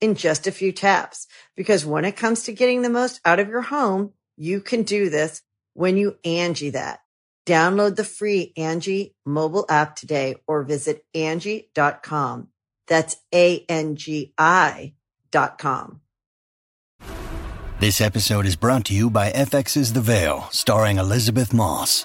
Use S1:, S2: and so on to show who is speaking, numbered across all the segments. S1: in just a few taps. Because when it comes to getting the most out of your home, you can do this when you Angie that. Download the free Angie mobile app today or visit Angie.com. That's A-N-G-I dot com.
S2: This episode is brought to you by FX's The Veil, starring Elizabeth Moss.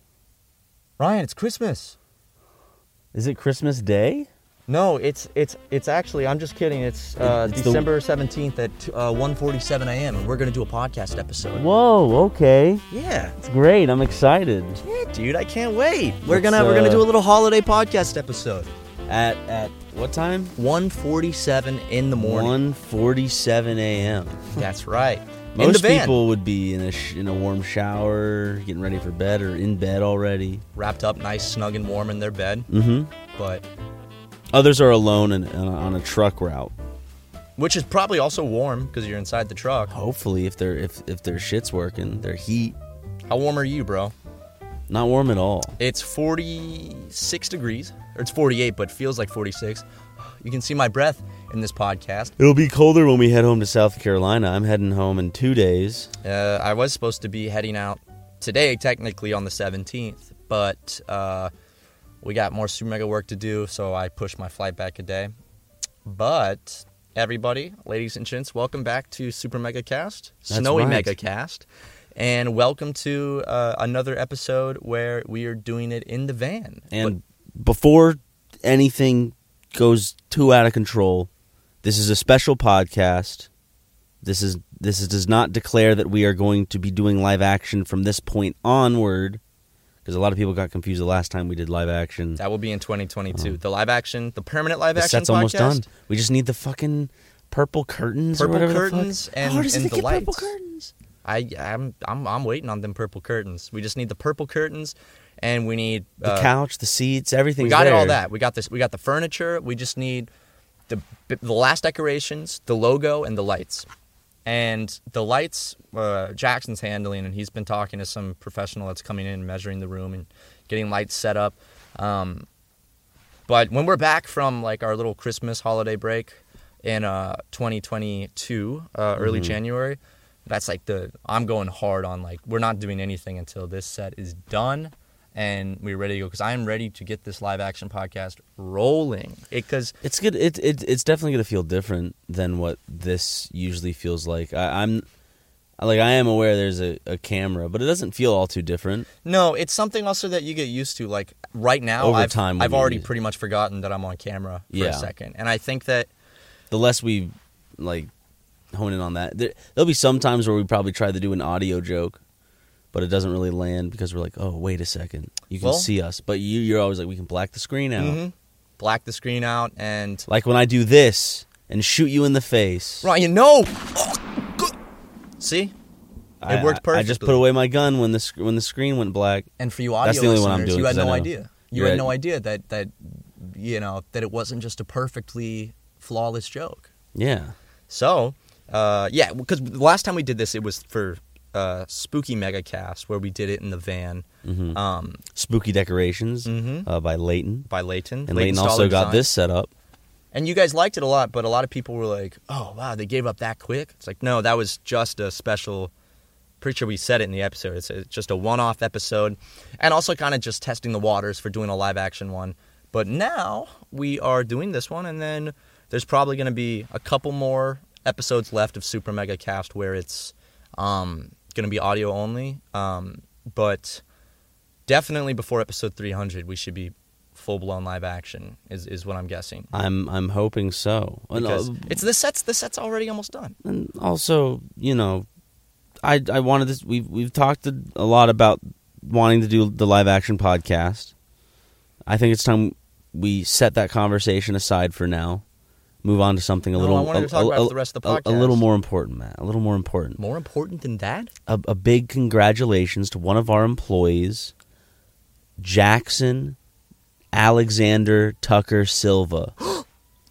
S3: Ryan, it's Christmas.
S4: Is it Christmas Day?
S3: No, it's it's it's actually. I'm just kidding. It's, uh,
S4: It's the-
S3: December 17th at uh, 1:47 a.m. and we're gonna do a podcast episode.
S4: Whoa, okay.
S3: Yeah,
S4: It's great. I'm excited.
S3: yeah, dude, I can't wait. We're
S4: Let's,
S3: gonna we're gonna
S4: uh,
S3: do a little holiday podcast episode at at
S4: What time?
S3: 1:47 in the morning.
S4: 1:47 a.m.
S3: That's right. in the
S4: Most
S3: van,
S4: people would be in a sh- in a warm shower, getting ready for bed or in bed already.
S3: wrapped up, nice, snug, and warm in their bed.
S4: Mhm.
S3: But
S4: Others are alone and on, a- on a truck route.
S3: which is probably also warm because you're inside the truck.
S4: Hopefully, if their if if their shit's working, their heat
S3: How warm are you, bro?
S4: not warm at all.
S3: It's 46 degrees, or it's 48, but feels like 46. You can see my breath in this podcast.
S4: It'll be colder when we head home to South Carolina. I'm heading home in two days.
S3: Uh, I was supposed to be heading out today, technically on the 17th, but uh, we got more Super Mega work to do, so I pushed my flight back a day. But everybody, ladies and gents, welcome back to Super Mega Cast,
S4: That's
S3: Snowy
S4: right.
S3: Mega Cast, and welcome to uh, another episode where we are doing it in the van.
S4: And before anything goes too out of control, this is a special podcast. This is this is, does not declare that we are going to be doing live action from this point onward, because a lot of people got confused the last time we did live action.
S3: That will be in 2022. The live action, the permanent live
S4: Mm. The
S3: action
S4: set's almost
S3: podcast,
S4: done. We just need the fucking purple curtains. or
S3: Purple
S4: whatever the fuck.
S3: curtains and-
S4: How does
S3: and
S4: it
S3: the
S4: get purple
S3: lights.
S4: curtains?
S3: I I'm, I'm I'm waiting on them purple curtains. We just need the purple curtains, and we need
S4: The
S3: uh,
S4: couch, the seats, everything.
S3: We got it all that. We got this. We got the furniture. We just need the the last decorations, the logo, and the lights. And the lights, uh, Jackson's handling, and he's been talking to some professional that's coming in and measuring the room and getting lights set up. Um, but when we're back from like our little Christmas holiday break in uh, 2022, uh, early
S4: Mm-hmm.
S3: January, that's like the I'm going hard on like we're not doing anything until this set is done and we're ready to go because I'm ready to get this live action podcast rolling. Because
S4: It's good. It, it it's definitely gonna feel different than what this usually feels like. I, I'm like I am aware there's a, a camera, but it doesn't feel all too different.
S3: No, it's something also that you get used to. Like right now,
S4: Over
S3: I've,
S4: time we
S3: I've
S4: get
S3: already
S4: used-
S3: pretty much forgotten that I'm on camera for a
S4: Yeah.
S3: second, and I think that
S4: The less we like hone in on that, there, there'll be some times where we probably try to do an audio joke, but it doesn't really land because we're like, oh wait a second, you can
S3: Well-
S4: see us, but you you're always like we can black the screen out.
S3: Mhm. black the screen out and
S4: Like when I do this and shoot you in the face.
S3: Ryan, no, Oh, good. see,
S4: I-
S3: it worked
S4: I,
S3: perfectly.
S4: I just put away my gun when the sc- when the screen went black.
S3: And for you audio
S4: That's the only one
S3: listeners,
S4: I'm doing
S3: you had
S4: 'cause I
S3: no
S4: know.
S3: idea. You
S4: You're
S3: had
S4: right.
S3: no idea that that you know that it wasn't just a perfectly flawless joke.
S4: Yeah.
S3: So, uh, yeah, because the last time we did this, it was for uh, spooky mega cast where we did it in the van
S4: Mm-hmm.
S3: um,
S4: Spooky Decorations uh, by Leighton.
S3: by Leighton.
S4: And Leighton also
S3: Mm-hmm. Stoller
S4: got
S3: Design.
S4: this set up.
S3: And you guys liked it a lot, but a lot of people were like, "Oh wow, they gave up that quick." It's like, no, that was just a special. Pretty sure we said it in the episode. It's a, just a one-off episode, and also kind of just testing the waters for doing a live-action one. But now we are doing this one, and then there's probably going to be a couple more episodes left of Super Mega Cast where it's um, going to be audio only. Um, but definitely before episode 300, we should be full-blown live action. Is is what I'm guessing
S4: I'm I'm hoping so. And, uh,
S3: because it's the sets the set's already almost done.
S4: and also, you know, I I wanted this. We've we've talked a a lot about wanting to do the live action podcast. I think it's time we set that conversation aside for now. Move on to something a
S3: No,
S4: little.
S3: I wanted to
S4: a-
S3: talk
S4: a-
S3: about
S4: a-
S3: it for the rest of the
S4: a- A,
S3: podcast.
S4: little more important, Matt. A little more important.
S3: More important than that?
S4: A, a big congratulations to one of our employees, Jackson Alexander Tucker Silva.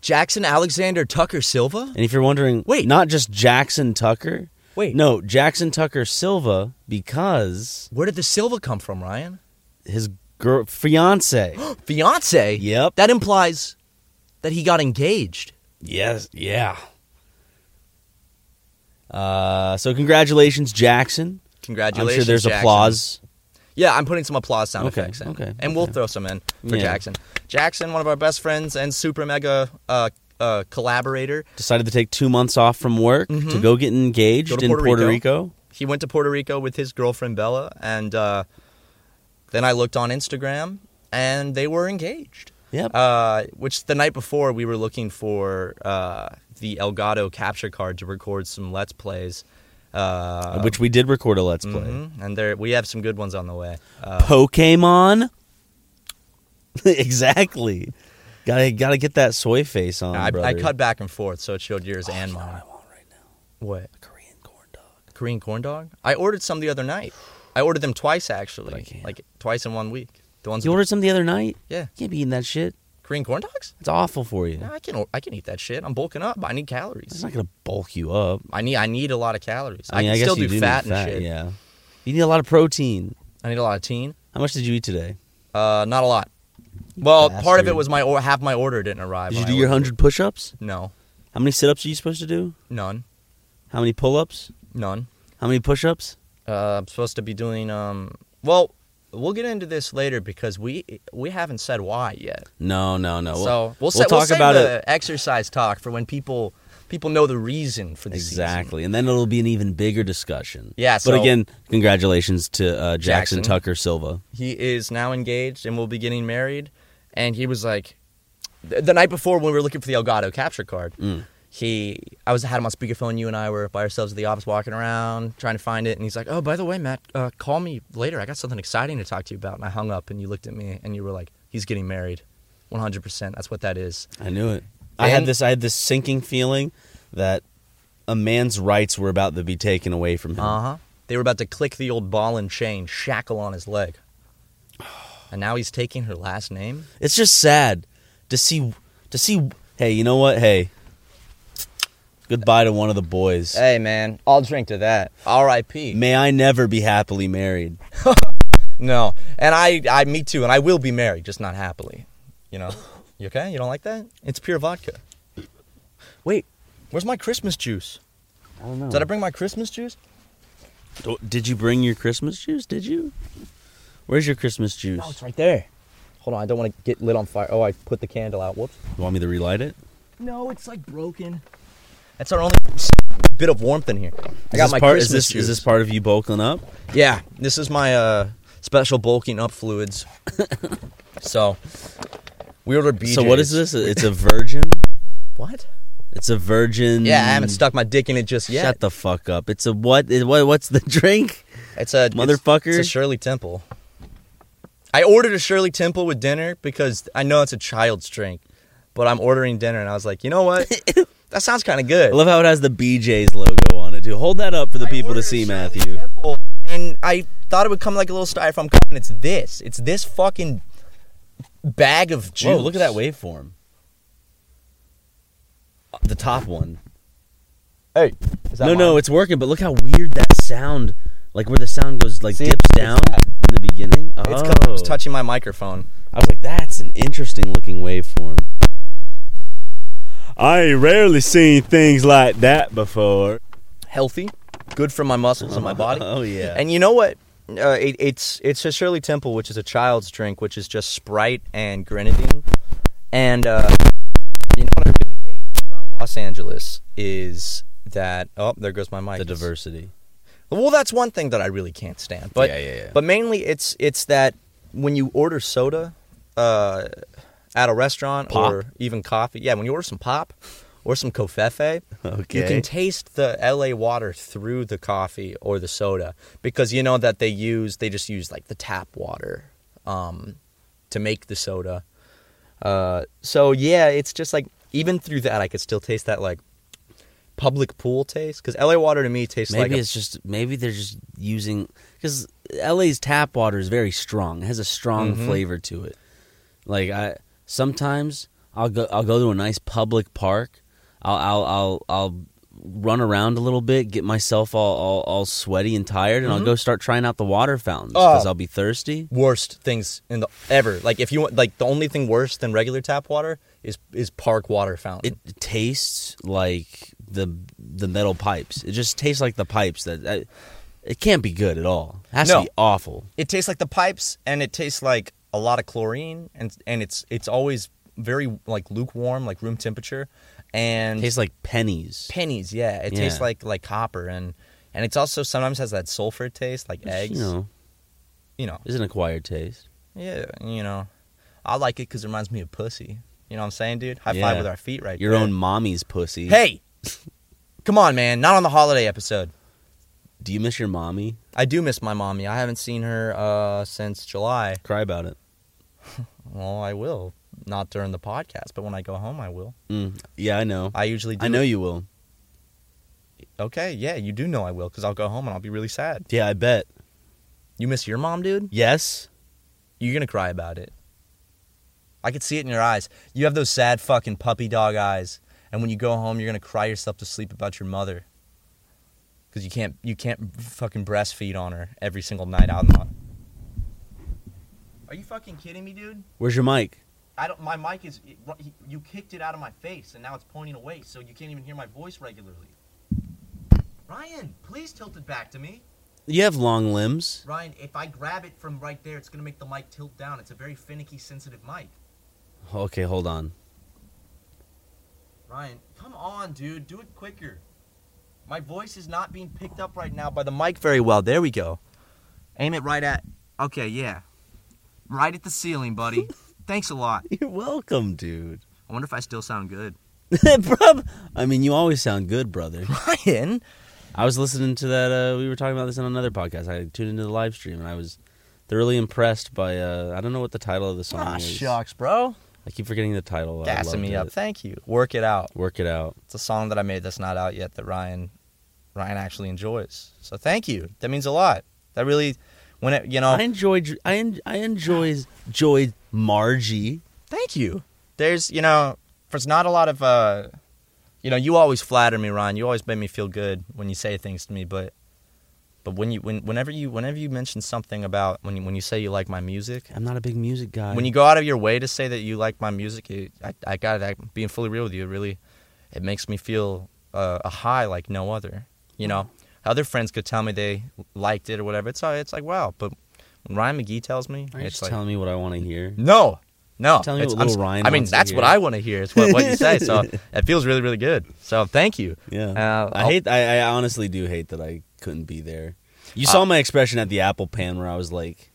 S3: Jackson Alexander Tucker Silva?
S4: And if you're wondering,
S3: Wait.
S4: not just Jackson Tucker.
S3: Wait.
S4: No, Jackson Tucker Silva because
S3: Where did the Silva come from, Ryan?
S4: his girl fiance.
S3: Fiance?
S4: Yep.
S3: That implies that he got engaged.
S4: yes, yeah. Uh, so congratulations, Jackson. I'm
S3: Congratulations.
S4: sure there's
S3: Jackson.
S4: applause.
S3: Yeah, I'm putting some applause sound
S4: Okay,
S3: effects in.
S4: okay,
S3: And we'll
S4: okay.
S3: throw some in for
S4: Yeah.
S3: Jackson. Jackson, one of our best friends and super mega uh, uh, collaborator.
S4: Decided to take two months off from work to go get engaged
S3: Mm-hmm. Go to
S4: in
S3: Puerto
S4: Puerto,
S3: Rico.
S4: Rico.
S3: he went to Puerto Rico with his girlfriend Bella, and uh, then I looked on Instagram, and they were engaged.
S4: Yep.
S3: Uh, which the night before we were looking for uh, the Elgato capture card to record some Let's Plays, uh,
S4: which we did record a let's play.
S3: mhm, and there we have some good ones on the way. Uh,
S4: Pokemon. exactly. Gotta gotta get that soy face on.
S3: I, I
S4: brother.
S3: cut back and forth, so it showed yours and
S4: You know
S3: mine.
S4: what I want right now?
S3: What
S4: Korean corn dog.
S3: Korean corn dog? I ordered some the other night. I ordered them twice actually,
S4: can't.
S3: like twice in one week. The ones
S4: You
S3: with
S4: ordered some the other night.
S3: the- yeah,
S4: You can't be eating that shit.
S3: Korean corn dogs.
S4: It's awful for you.
S3: No, I can I can eat that shit. I'm bulking up. I need
S4: It's
S3: calories.
S4: not gonna bulk you up.
S3: I need I need a lot of calories. I,
S4: mean,
S3: can
S4: guess
S3: still
S4: you
S3: do,
S4: need
S3: fat and shit.
S4: Yeah. You need a lot of protein.
S3: I need a lot of teen.
S4: How much did you eat today?
S3: Uh, not a lot. Well, part of
S4: bastard.
S3: it was my or, half my order didn't arrive.
S4: Did you
S3: when
S4: do
S3: I
S4: your
S3: ordered it.
S4: hundred push-ups?
S3: No,
S4: How many sit-ups are you supposed to do?
S3: none,
S4: How many pull-ups?
S3: none.
S4: How many push-ups?
S3: Uh, I'm supposed to be doing um. Well, we'll get into this later because we we haven't said why yet.
S4: No, no, no.
S3: so we'll, sa-
S4: Oh, talk
S3: save
S4: about
S3: the
S4: it
S3: Exercise talk for when people people know the reason for the season.
S4: exactly, and then it'll be an even bigger discussion.
S3: Yeah,
S4: but
S3: so-
S4: again, congratulations to uh, Jackson,
S3: Jackson.
S4: Tucker Silva.
S3: he is now engaged and will be getting married. And he was like, th- the night before when we were looking for the Elgato capture card, he, I was had him on speakerphone. You and I were by ourselves at the office, walking around trying to find it. And he's like, "Oh, by the way, Matt, uh, call me later. I got something exciting to talk to you about." And I hung up, and you looked at me, and you were like, "He's getting married, 100. percent That's what that is."
S4: I knew it. I had
S3: And-
S4: this. I had this sinking feeling that a man's rights were about to be taken away from him.
S3: Uh huh. They were about to click the old ball and chain shackle on his leg, and now he's taking her last name.
S4: It's just sad to see to see. Hey, you know what? Hey, goodbye to one of the boys.
S3: Hey, man, I'll drink to that. R.I.P.
S4: May I never be happily married.
S3: No, and I, I, me too, and I will be married, just not happily. You know, you okay? You don't like that? It's pure vodka. Wait, where's my Christmas juice?
S4: I don't know.
S3: Did I bring my Christmas juice?
S4: Did you bring your Christmas juice? Did you? Where's your Christmas juice?
S3: No, Oh, it's right there. Hold on, I don't want to get lit on fire. Oh, I put the candle out. Whoops.
S4: You want me to relight it?
S3: No, it's like broken. That's our only bit of warmth in here. I got
S4: Is this
S3: my
S4: part,
S3: Christmas
S4: is this,
S3: juice.
S4: Is this part of you bulking up?
S3: Yeah, this is my uh, special bulking up fluids. so, we ordered BJ's.
S4: So what is this? It's a virgin.
S3: What?
S4: It's a virgin.
S3: Yeah, I haven't stuck my dick in it just yet.
S4: Hmm. Shut the fuck up. It's a what? it- what what's the drink?
S3: It's a it's-
S4: Motherfucker.
S3: It's, a Shirley Temple. I ordered a Shirley Temple with dinner because I know it's a child's drink, but I'm ordering dinner and I was like, you know what? that sounds kind of good.
S4: I love how it has the BJ's logo on it too. Hold that up for the
S3: I
S4: people
S3: ordered
S4: to
S3: a
S4: see,
S3: Shirley
S4: Matthew.
S3: Temple, and I thought it would come like a little styrofoam cup, and it's this. It's this fucking bag of juice.
S4: Whoa, look at that waveform. The top one.
S3: Hey, is that
S4: No,
S3: mine?
S4: no, it's working, but look how weird that sound like where the sound goes like
S3: See,
S4: dips
S3: it's
S4: down
S3: that.
S4: in the beginning. Oh,
S3: It's 'cause I was touching my microphone.
S4: I was like, that's an interesting looking waveform. I ain't rarely seen things like that before.
S3: Healthy, good for my muscles and my body.
S4: Oh, yeah.
S3: And you know what? Uh, it, it's it's a Shirley Temple, which is a child's drink, which is just Sprite and grenadine. And uh, you know what I really hate about Los Angeles is that oh, there goes my mic.
S4: the
S3: It's-
S4: diversity.
S3: Well, that's one thing that I really can't stand. But
S4: Yeah, yeah, yeah.
S3: but mainly it's it's that when you order soda uh, at a restaurant
S4: Pop?
S3: or even coffee, yeah, when you order some pop or some covfefe, you
S4: Okay.
S3: can taste the LA water through the coffee or the soda because you know that they use they just use like the tap water um, to make the soda. Uh, so yeah, it's just like even through that, I could still taste that like public pool taste because LA water to me tastes
S4: Maybe
S3: like a
S4: it's just maybe they're just using because LA's tap water is very strong. It has a strong flavor to it. Like I sometimes I'll go I'll go to a nice public park. I'll I'll I'll, I'll run around a little bit, get myself all all, all sweaty and tired, and I'll go start trying out the water fountains because
S3: Oh.
S4: I'll be thirsty.
S3: worst things in the ever. Like if you want, like the only thing worse than regular tap water is is park water fountain.
S4: It tastes like the the metal pipes. It just tastes like the pipes that. I, it can't be good at all. It has
S3: No.
S4: to be awful.
S3: It, tastes like the pipes, and it tastes like a lot of chlorine, and and it's it's always very like lukewarm, like room temperature, and
S4: It tastes like pennies.
S3: pennies. Yeah, it
S4: Yeah.
S3: tastes like like copper, and and it's also sometimes has that sulfur taste, like eggs.
S4: You know,
S3: you know,
S4: is an acquired taste.
S3: yeah, you know, I like it because it reminds me of pussy. You know what I'm saying, dude? High
S4: Yeah.
S3: five with our feet, right?
S4: Your
S3: there.
S4: own mommy's pussy.
S3: Hey, come on, man! Not on the holiday episode.
S4: do you miss your mommy?
S3: I do miss my mommy. I haven't seen her uh, since July.
S4: Cry about it.
S3: Well, I will. Not during the podcast, but when I go home, I will.
S4: Mm. Yeah, I know.
S3: I usually do.
S4: I know you will.
S3: Okay, yeah, you do know I will because I'll go home and I'll be really sad.
S4: Yeah, I bet.
S3: You miss your mom, dude?
S4: Yes.
S3: You're going to cry about it. I could see it in your eyes. You have those sad fucking puppy dog eyes. And when you go home, you're going to cry yourself to sleep about your mother. Because you can't, you can't fucking breastfeed on her every single night out. in the- Are you fucking kidding me, dude?
S4: Where's your mic?
S3: I don't. My mic is. It, ru- he- you kicked it out of my face, and now it's pointing away, so you can't even hear my voice regularly. Ryan, please tilt it back to me.
S4: You have long limbs.
S3: Ryan, if I grab it from right there, it's gonna make the mic tilt down. It's a very finicky, sensitive mic.
S4: Okay, hold on.
S3: Ryan, come on, dude, do it quicker. My voice is not being picked up right now by the mic very well. There we go. Aim it right at. Okay, yeah. Right at the ceiling, buddy. Thanks a lot.
S4: You're welcome, dude.
S3: I wonder if I still sound good.
S4: Prob- I mean, you always sound good, brother.
S3: Ryan.
S4: I was listening to that. Uh, we were talking about this on another podcast. I tuned into the live stream and I was thoroughly impressed by. Uh, I don't know what the title of the song
S3: Ah,
S4: is.
S3: shucks, bro.
S4: I keep forgetting the title. I
S3: Gassing
S4: loved
S3: me
S4: it.
S3: up. Thank you. Work it out.
S4: Work it out.
S3: It's a song that I made that's not out yet that Ryan Ryan actually enjoys. So thank you. That means a lot. That really when it you know
S4: I enjoyed. I en- I enjoyed. Enjoyed Margie.
S3: thank you. There's you know there's not a lot of uh you know, you always flatter me, Ryan. You always make me feel good when you say things to me, but but when you when whenever you whenever you mention something about when you, when you say you like my music,
S4: I'm not a big music guy.
S3: when you go out of your way to say that you like my music, it, I, I got it. Being fully real with you, it really, it makes me feel uh, a high like no other. You know,
S4: Mm-hmm.
S3: other friends could tell me they liked it or whatever. It's all- it's like wow, but when Ryan McGee tells me,
S4: Are you
S3: it's
S4: just
S3: like
S4: telling me what I want to hear?
S3: no, no.
S4: telling me
S3: it's-
S4: what
S3: I'm
S4: little
S3: s-
S4: Ryan
S3: I mean,
S4: wants to
S3: that's what
S4: hear?
S3: I want to hear. It's what, what you say. So it feels really, really good. So thank you.
S4: Yeah.
S3: Uh,
S4: I
S3: I'll-
S4: hate. I, I honestly do hate that I couldn't be there. You saw my expression at the Apple Pan where I was like,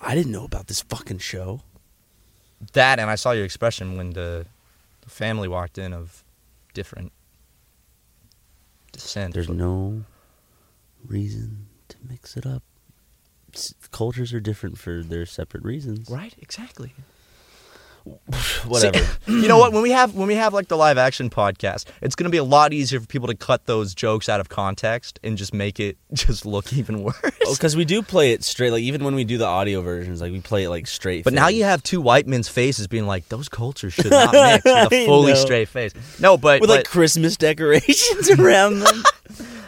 S4: I didn't know about this fucking show.
S3: that, and I saw your expression when the, the family walked in of different descent.
S4: There's no reason to mix it up. S- Cultures are different for their separate reasons.
S3: right, exactly.
S4: Whatever.
S3: you know what? When we have when we have like the live action podcast, it's going to be a lot easier for people to cut those jokes out of context and just make it just look even worse.
S4: Because we do play it straight. Like even when we do the audio versions, like we play it like straight.
S3: But now
S4: face.
S3: you have two white men's faces being like, "Those cultures should not mix." With a
S4: I
S3: fully
S4: know.
S3: straight face. No, but,
S4: with like
S3: but-
S4: Christmas decorations around them.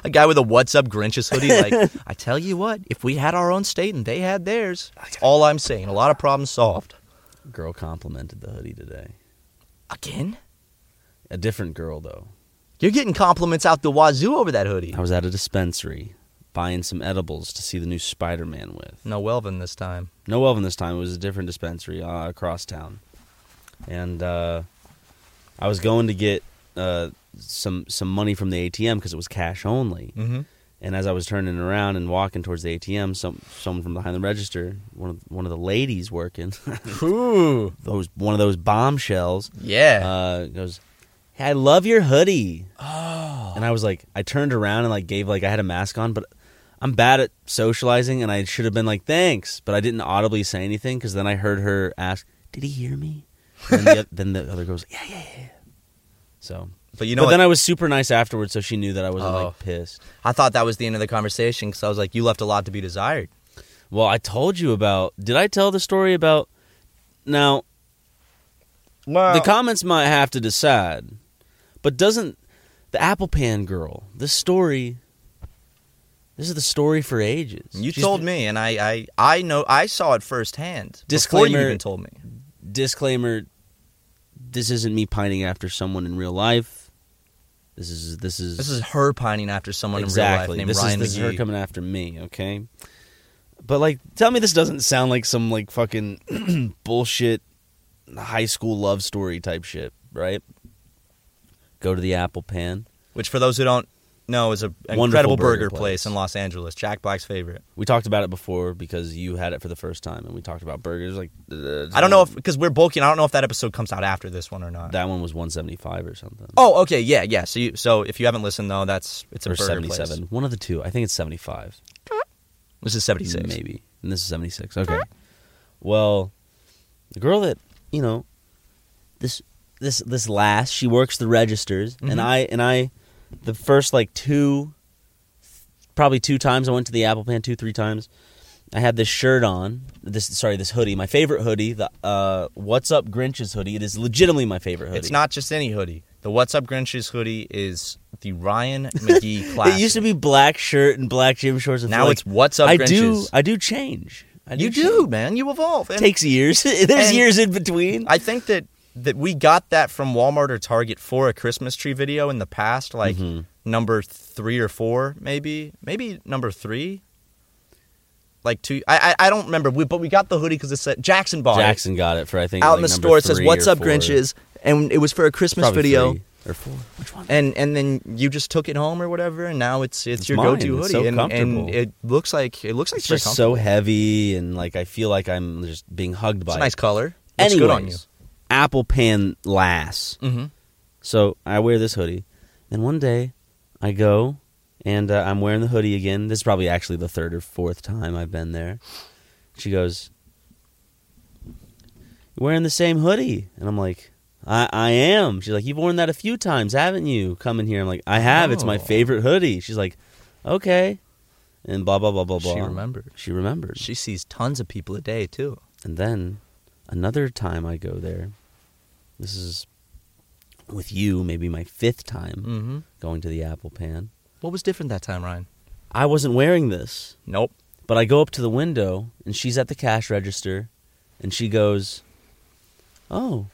S3: a guy with a "What's Up Grinches" hoodie. Like, I tell you what, if we had our own state and they had theirs, that's all I'm saying. A lot of problems solved.
S4: Girl complimented the hoodie today.
S3: Again,
S4: A different girl though.
S3: you're getting compliments out the wazoo over that hoodie.
S4: I was at a dispensary buying some edibles to see the new Spider-Man with.
S3: No Welvin this time.
S4: No Elvin this time. It was a different dispensary uh, across town, and uh, I was going to get uh, some some money from the ATM because it was cash only.
S3: Mm-hmm.
S4: And as I was turning around and walking towards the ATM, some someone from behind the register, one of one of the ladies working,
S3: Ooh,
S4: those one of those bombshells,
S3: yeah.
S4: uh, goes, "Hey, I love your hoodie." Oh. And I was like, I turned around and like gave like I had a mask on, but I'm bad at socializing, and I should have been like, "Thanks," but I didn't audibly say anything because then I heard her ask, "Did he hear me?" And then, the, then the other goes, "Yeah, yeah, yeah." yeah." So,
S3: but you know,
S4: but
S3: what?
S4: then I was super nice afterwards, so she knew that I wasn't
S3: Oh.
S4: like pissed.
S3: I thought that was the end of the conversation because I was like, you left a lot to be desired.
S4: Well, I told you about. Did I tell the story about? Now,
S3: Well,
S4: the comments might have to decide, but doesn't the Apple Pan girl? This story. This is the story for ages.
S3: you
S4: She's-
S3: told me, and I, I, I know, I saw it firsthand. before
S4: Disclaimer-
S3: you even told me.
S4: Disclaimer: This isn't me pining after someone in real life. This is this is
S3: This is her pining after someone
S4: exactly
S3: in real
S4: this
S3: life named
S4: is this is
S3: Ryan
S4: her
S3: McGee.
S4: coming after me. Okay, but like, tell me this doesn't sound like some like fucking bullshit high school love story type shit, right? Go to the Apple Pan.
S3: which, for those who don't know, is a
S4: Wonderful
S3: incredible
S4: burger
S3: burger, place.
S4: place.
S3: in Los Angeles. Jack Black's favorite.
S4: We talked about it before because you had it for the first time, and we talked about burgers. Like, uh,
S3: I don't know if because we're bulking. I don't know if that episode comes out after this one or not.
S4: that one was one seventy five or something.
S3: oh, okay, yeah, yeah. So, you, so if you haven't listened though, that's it's a
S4: or
S3: burger
S4: seventy
S3: place.
S4: seven. One of the two. I think it's seventy five.
S3: This is seventy six.
S4: Maybe. And this is 76. Okay. Well, the girl that, you know, this this this last, she works the registers and
S3: Mhm.
S4: I and I the first like two probably two times I went to the Apple Pan two three times. I had this shirt on, this sorry, this hoodie, my favorite hoodie, the uh What's Up Grinch's hoodie. It is legitimately my favorite hoodie.
S3: It's not just any hoodie. The What's Up Grinches hoodie is the Ryan McGee class.
S4: It used to be black shirt and black gym shorts and
S3: Now
S4: like,
S3: it's What's Up
S4: I do
S3: Grinches.
S4: I do change. I
S3: You
S4: change.
S3: do, man. You evolve. And
S4: takes years. There's
S3: and-
S4: years in between.
S3: I think that that we got that from Walmart or Target for a Christmas tree video in the past, like
S4: Mm-hmm.
S3: number three or four, maybe, maybe number three. Like two, I I, I don't remember. We, but we got the hoodie because it said Jackson bought
S4: Jackson got it for I
S3: it
S4: think
S3: out
S4: like,
S3: in the
S4: number
S3: store. It says
S4: three
S3: "What's
S4: or
S3: Up
S4: four.
S3: Grinches," and it was for a Christmas
S4: Probably
S3: video.
S4: three or four. Which one?
S3: And and then you just took it home or whatever, and now it's it's,
S4: It's
S3: your
S4: mine.
S3: go-to hoodie,
S4: It's so
S3: and,
S4: comfortable.
S3: and it looks like it looks like
S4: It's just so heavy and like I feel like I'm just being hugged by.
S3: It's a
S4: it.
S3: nice color. Looks
S4: Anyways,
S3: good on you.
S4: Apple Pan lass.
S3: Mm-hmm.
S4: So I wear this hoodie, and one day I go and uh, I'm wearing the hoodie again. This is probably actually the third or fourth time I've been there. She goes, "You're wearing the same hoodie," and I'm like, "I I am." She's like, "You've worn that a few times, haven't you?" Coming here, I'm like, "I have. It's my
S3: Oh.
S4: favorite hoodie." She's like, "Okay," and blah blah blah blah blah.
S3: She remembered.
S4: She remembered.
S3: She sees tons of people a day too.
S4: And then another time I go there, this is with you, maybe my fifth time
S3: Mm-hmm.
S4: going to the Apple Pan.
S3: What was different that time, Ryan?
S4: I wasn't wearing this,
S3: Nope.
S4: but I go up to the window and she's at the cash register and she goes, Oh,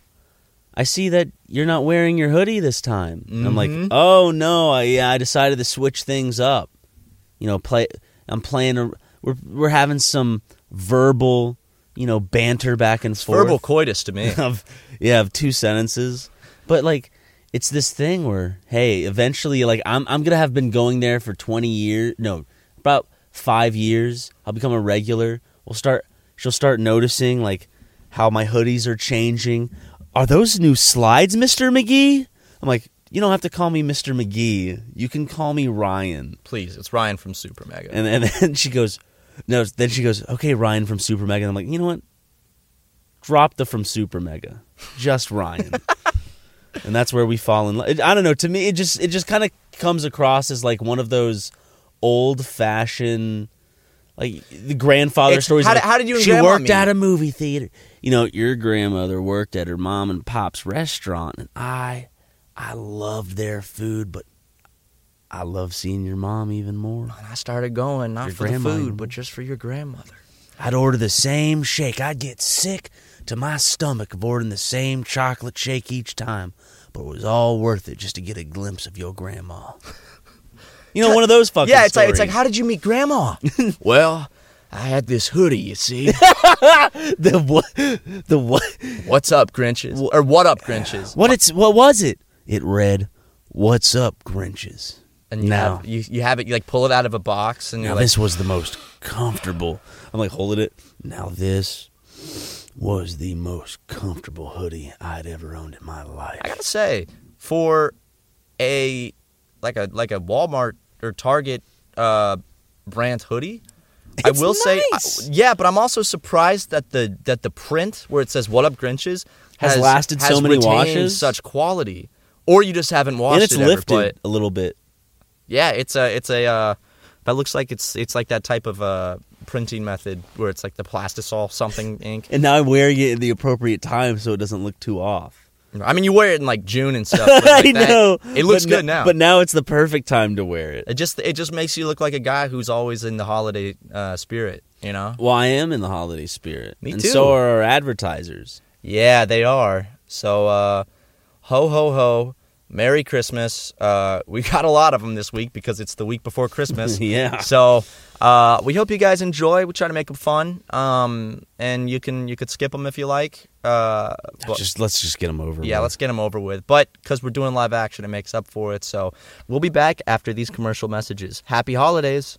S4: I see that you're not wearing your hoodie this time. And I'm
S3: Mhm.
S4: like, Oh no, I, yeah, I decided to switch things up. You know, play. I'm playing. A, we're we're having some verbal, you know, banter back and forth.
S3: Verbal coitus to me.
S4: of yeah of two sentences but like it's this thing where hey eventually like i'm i'm gonna have been going there for 20 years no about five years i'll become a regular we'll start she'll start noticing like how my hoodies are changing are those new slides mr mcgee i'm like you don't have to call me mr mcgee you can call me ryan
S3: Please, it's Ryan from Super Mega.
S4: and, and then she goes no then she goes okay ryan from super mega and i'm like you know what drop the from super mega just ryan and that's where we fall in love i don't know to me it just it just kind of comes across as like one of those old fashioned like the grandfather
S3: It's-
S4: stories
S3: how
S4: like,
S3: did- how did you and
S4: she
S3: grandma
S4: worked
S3: meet?"
S4: at a movie theater you know your grandmother worked at her mom and pop's restaurant and i i loved their food but I love seeing your mom even more.
S3: And I started going, not
S4: Your
S3: for the
S4: grandma, you know.
S3: food, but just for your grandmother.
S4: I'd order the same shake. I'd get sick to my stomach of ordering the same chocolate shake each time, but it was all worth it just to get a glimpse of your grandma. You know, one of those fucking
S3: yeah, it's like it's like
S4: stories.
S3: how did you meet grandma? well, I had this hoodie, you see.
S4: the what the what
S3: What's up, Grinches? Or what up, Grinches?
S4: what it's what was it? It read, "What's up, Grinches?"
S3: And you
S4: Now.
S3: have you, you have it you like pull it out of a box and you're
S4: Now
S3: like
S4: this was the most comfortable. I'm like holding it. Now this was the most comfortable hoodie I'd ever owned in my life.
S3: I gotta say, for a like a like a Walmart or Target uh, brand hoodie, I
S4: It's
S3: will say,
S4: nice.
S3: yeah, but I'm also surprised that the that the print where it says "What up, Grinches"
S4: Has lasted so
S3: has
S4: many
S3: retained
S4: washes.
S3: such quality, or you just haven't washed
S4: and it's
S3: it ever,
S4: lifted
S3: but
S4: a little bit.
S3: yeah, it's a it's a uh, that looks like it's it's like that type of uh, printing method where it's like the plastisol something ink.
S4: And now I'm wearing it at the appropriate time so it doesn't look too off.
S3: I mean, you wear it in like June and stuff. but like
S4: I
S3: that-
S4: know.
S3: it looks
S4: but
S3: good
S4: no-
S3: now,
S4: But now it's the perfect time to wear it.
S3: It just it just makes you look like a guy who's always in the holiday uh, spirit, you know?
S4: Well, I am in the holiday spirit.
S3: Me
S4: and
S3: too.
S4: so are our advertisers.
S3: Yeah, they are. So uh, ho ho ho, Merry Christmas. Uh, we got a lot of them this week because it's the week before Christmas.
S4: Yeah.
S3: So uh, we hope you guys enjoy. We try to make them fun, um, and you can you could skip them if you like. Uh, but-
S4: just let's just get them over.
S3: yeah,
S4: with.
S3: let's get them over with. But because we're doing live action, it makes up for it. So we'll be back after these commercial messages. Happy holidays.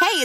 S5: Hey,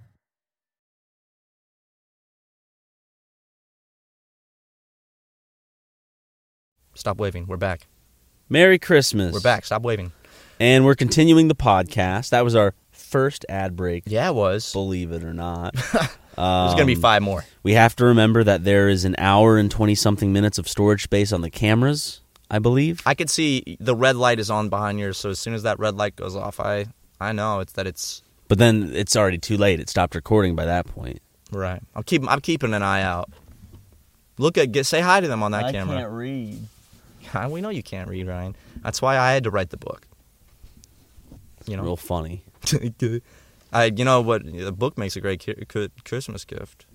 S3: Stop waving. We're back.
S4: Merry Christmas.
S3: We're back. Stop waving.
S4: and we're continuing the podcast. That was our first ad break.
S3: Yeah, it was.
S4: Believe it or not,
S3: There's gonna be
S4: Um,
S3: five more.
S4: we have to remember that there is an hour and twenty something minutes of storage space on the cameras. I believe.
S3: I could see the red light is on behind yours, so as soon as that red light goes off, I I know it's that it's
S4: But then it's already too late. It stopped recording by that point.
S3: right. I'm keeping I'm keeping an eye out. Look at get say hi to them on that camera.
S4: read.
S3: God, we know you can't read, Ryan. That's why I had to write the book. You know,
S4: Real funny.
S3: I you know what the book makes a great ki- ki- Christmas gift.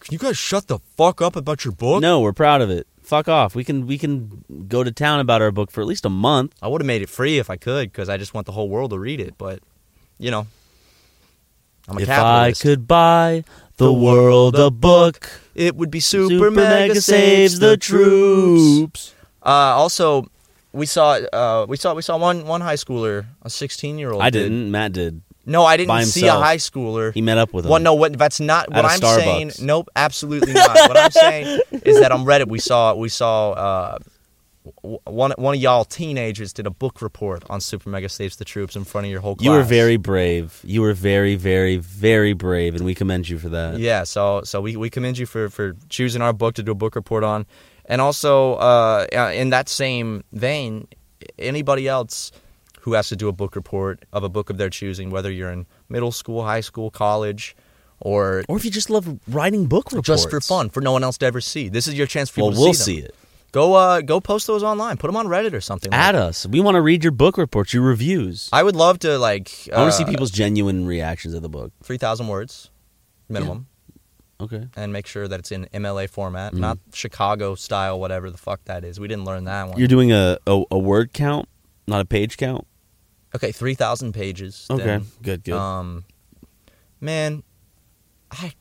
S3: Can you guys shut the fuck up about your book?
S4: No, we're proud of it. Fuck off. We can we can go to town about our book for at least a month.
S3: I would have made it free if I could because I just want the whole world to read it. But you know, I'm a
S4: if
S3: capitalist.
S4: I could buy the world a book,
S3: it would be super, mega, saves the troops.
S4: troops.
S3: Uh, also, we saw uh, we saw we saw one one high schooler, a 16 year old.
S4: I didn't. Matt did.
S3: No, I didn't
S4: By
S3: see a
S4: himself.
S3: high schooler.
S4: He met up with him.
S3: Well, no, what, that's not
S4: At
S3: what
S4: a
S3: I'm saying.
S4: Starbucks.
S3: Nope, absolutely not. what I'm saying is that on Reddit we saw we saw uh, w- one one of y'all teenagers did a book report on Super Mega Saves the Troops in front of your whole class.
S4: You were very brave. You were very, very, very brave, and we commend you for that.
S3: yeah. So so we, we commend you for for choosing our book to do a book report on, and also uh, uh, in that same vein, anybody else who has to do a book report of a book of their choosing, whether you're in middle school, high school, college, or
S4: Or if you just love writing book reports,
S3: just for fun, for no one else to ever see. This is your chance for
S4: Well,
S3: people to
S4: we'll
S3: see,
S4: see
S3: them.
S4: it.
S3: Go, uh, go post those online. Put them on Reddit or something. like
S4: At
S3: that.
S4: us. We want to read your book reports, your reviews.
S3: I would love to like.
S4: I want to see
S3: uh,
S4: people's genuine reactions of the book.
S3: three thousand words, minimum,
S4: Okay.
S3: and make sure that it's in MLA format,
S4: Mm-hmm.
S3: not Chicago style, whatever the fuck that is. We didn't learn that one.
S4: You're doing a, a, a word count, not a page count.
S3: okay, three thousand pages.
S4: Okay.
S3: then.
S4: Good, good.
S3: Um, man, I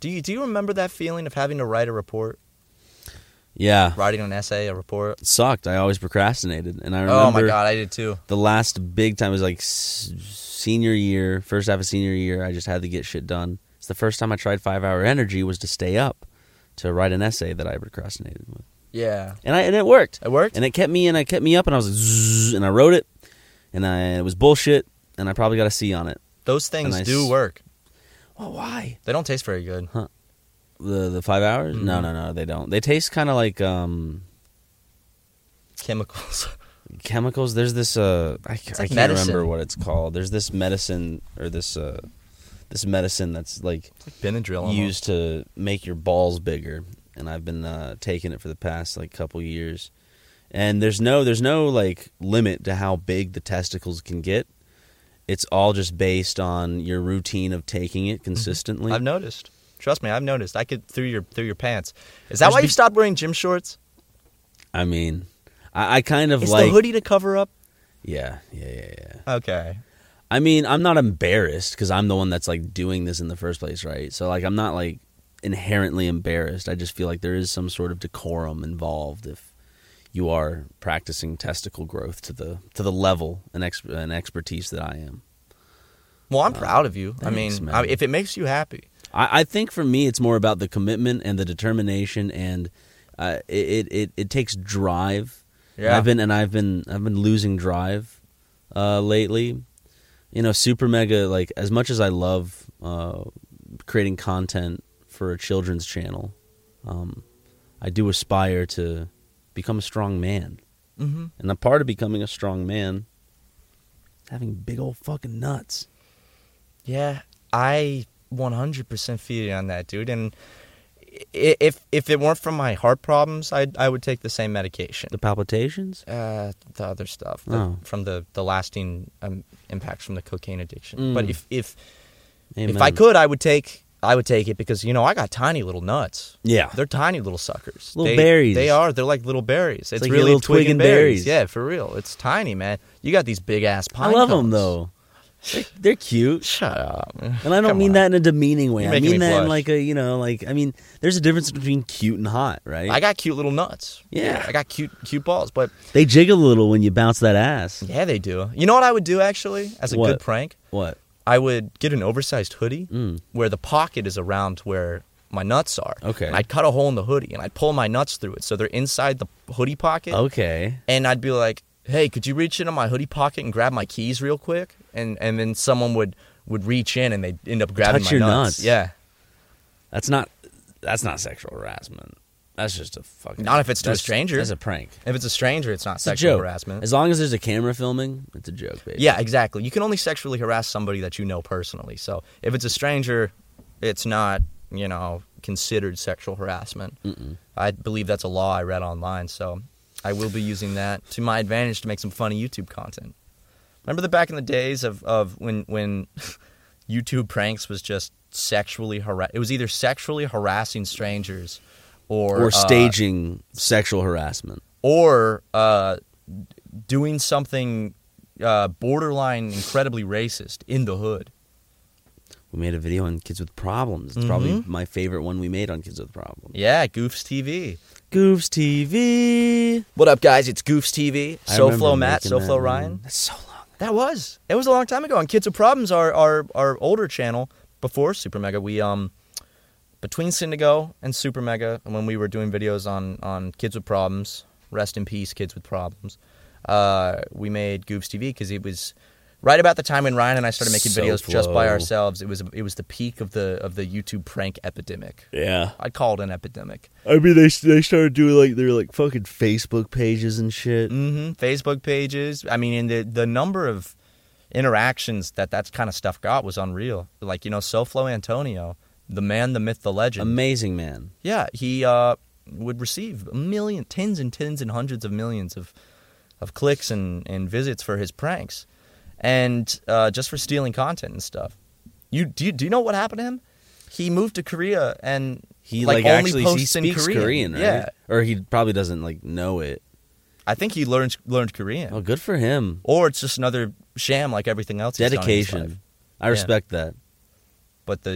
S3: do you do you remember that feeling of having to write a report,
S4: Yeah.
S3: writing an essay, a report?
S4: It sucked. I always procrastinated, and I remember
S3: Oh my god, I did too.
S4: the last big time was like s- senior year, first half of senior year. I just had to get shit done. It's the first time I tried five hour energy was to stay up to write an essay that I procrastinated with,
S3: Yeah,
S4: and I and it worked.
S3: it worked.
S4: and it kept me and it kept me up and I was like, "Zzz," and I wrote it and I it was bullshit and I probably got a C on it.
S3: Those things
S4: I
S3: do
S4: s-
S3: work.
S4: Oh, why?
S3: They don't taste very good.
S4: The the 5 hours?
S3: Mm-hmm.
S4: No, no, no, they don't. They taste kind of like um
S3: Chemicals.
S4: chemicals. There's this uh I, ca- I
S3: like
S4: can't
S3: medicine.
S4: remember what it's called. There's this medicine or this uh this medicine that's like
S3: Benadryl. almost.
S4: used to make your balls bigger and I've been uh taking it for the past like couple years. And there's no there's no like limit to how big the testicles can get. It's all just based on your routine of taking it consistently.
S3: Mm-hmm. I've noticed. Trust me, I've noticed. I could through your through your pants. Is that
S4: There's
S3: why
S4: be-
S3: you stopped wearing gym shorts?
S4: I mean, I, I kind of
S3: Is
S4: like
S3: the hoodie to cover up?
S4: Yeah, yeah, yeah, yeah.
S3: Okay.
S4: I mean, I'm not embarrassed because I'm the one that's like doing this in the first place, right? So like, I'm not like inherently embarrassed. I just feel like there is some sort of decorum involved if you are practicing testicle growth to the to the level and ex- and expertise that I am.
S3: Well, I'm proud of you. I
S4: thanks,
S3: mean,
S4: man.
S3: I, if it makes you happy,
S4: I, I think for me, it's more about the commitment and the determination, and uh, it, it it it takes drive.
S3: Yeah.
S4: I've been and I've been I've been losing drive uh, lately. You know, super mega. Like as much as I love uh, creating content for a children's channel, um, I do aspire to become a strong man. Mm-hmm. And a part of becoming a strong man, is having big old fucking nuts.
S3: yeah, I 100% feed you on that, dude. And i- if if it weren't for my heart problems, I I would take the same medication.
S4: The palpitations.
S3: uh, the other stuff the-
S4: Oh.
S3: from the the lasting um, impacts from the cocaine addiction. But
S4: Mm.
S3: if if if I
S4: Amen.
S3: could, I would take I would take it because you know I got tiny little nuts.
S4: Yeah.
S3: They're tiny little suckers.
S4: Little
S3: They-
S4: berries.
S3: They are. They're like little berries. It's,
S4: like your
S3: really
S4: little
S3: twig,
S4: twig
S3: and
S4: and
S3: berries.
S4: berries.
S3: Yeah, for real. It's tiny, man. You got these big ass
S4: I
S3: pine.
S4: love them
S3: cones.
S4: though. They're, they're cute,
S3: Shut up.
S4: and I don't
S3: Come
S4: mean
S3: on.
S4: that in a demeaning way.
S3: You're
S4: I
S3: making
S4: mean
S3: me
S4: that in
S3: blush.
S4: like a you know, like I mean, there's a difference between cute and hot, right?
S3: I got cute little nuts.
S4: Yeah.
S3: I got cute cute balls, but
S4: they jiggle a little when you bounce that ass.
S3: yeah, they do. You know what I would do actually as a good
S4: What? Mm.
S3: prank?
S4: What?
S3: I would get an oversized hoodie where the pocket is around where my nuts are.
S4: Okay.
S3: And I'd cut a hole in the hoodie and I'd pull my nuts through it so they're inside the hoodie pocket.
S4: Okay.
S3: And I'd be like, "Hey, could you reach into my hoodie pocket and grab my keys real quick?" And and then someone would would reach in and they'd end up grabbing
S4: Touch
S3: my
S4: your
S3: nuts.
S4: nuts.
S3: Yeah.
S4: That's not. That's not sexual harassment. That's just a fucking.
S3: Not if it's to a
S4: that's-
S3: stranger.
S4: That's a prank.
S3: If it's a stranger, it's not
S4: It's
S3: sexual
S4: a joke.
S3: harassment.
S4: As long as there's a camera filming, it's a joke, baby.
S3: yeah, exactly. You can only sexually harass somebody that you know personally. So if it's a stranger, it's not, you know, considered sexual harassment. I believe that's a law I read online. So I will be using that to my advantage to make some funny YouTube content. Remember the back in the days of, of when when YouTube pranks was just sexually harass. It was either sexually harassing strangers or
S4: or
S3: uh,
S4: staging sexual harassment.
S3: or uh, doing something uh, borderline incredibly racist in the hood.
S4: We made a video on kids with problems. It's probably my favorite one we made on kids with problems.
S3: Mm-hmm. Yeah, Goofs TV.
S4: Goofs TV.
S3: What up, guys? It's Goofs TV.
S4: I remember
S3: SoFlo Matt,
S4: making that
S3: SoFlo
S4: one.
S3: Ryan.
S4: That's so long.
S3: That was. It was a long time ago. And Kids with Problems, our our, our older channel before Super Mega, we um between Syndigo and Super Mega, and when we were doing videos on on Kids with Problems, rest in peace, Kids with Problems. Uh, we made Goofs TV because it was right about the time when Ryan and I started making
S4: So
S3: videos just by
S4: flow.
S3: ourselves. It was it was the peak of the of the YouTube prank epidemic.
S4: Yeah.
S3: I'd call it an epidemic.
S4: I mean, they they started doing like their like fucking Facebook pages and shit.
S3: hmm Facebook pages. I mean, and the the number of interactions that that kind of stuff got was unreal. Like you know, SoFlo Antonio, the man, the myth, the legend.
S4: Amazing man.
S3: yeah, he uh, would receive a million, tens and tens and hundreds of millions of of clicks and and visits for his pranks, and uh, just for stealing content and stuff. You do you, do you know what happened to him? He moved to Korea and
S4: He
S3: like,
S4: like,
S3: only
S4: actually he
S3: posts in
S4: speaks
S3: Korean.
S4: Korean, right?
S3: Yeah,
S4: Or he probably doesn't like know it.
S3: I think he learned learned Korean.
S4: Oh, good for him.
S3: or it's just another sham like everything else. he's done in his life.
S4: Dedication. I
S3: Yeah.
S4: respect that.
S3: But the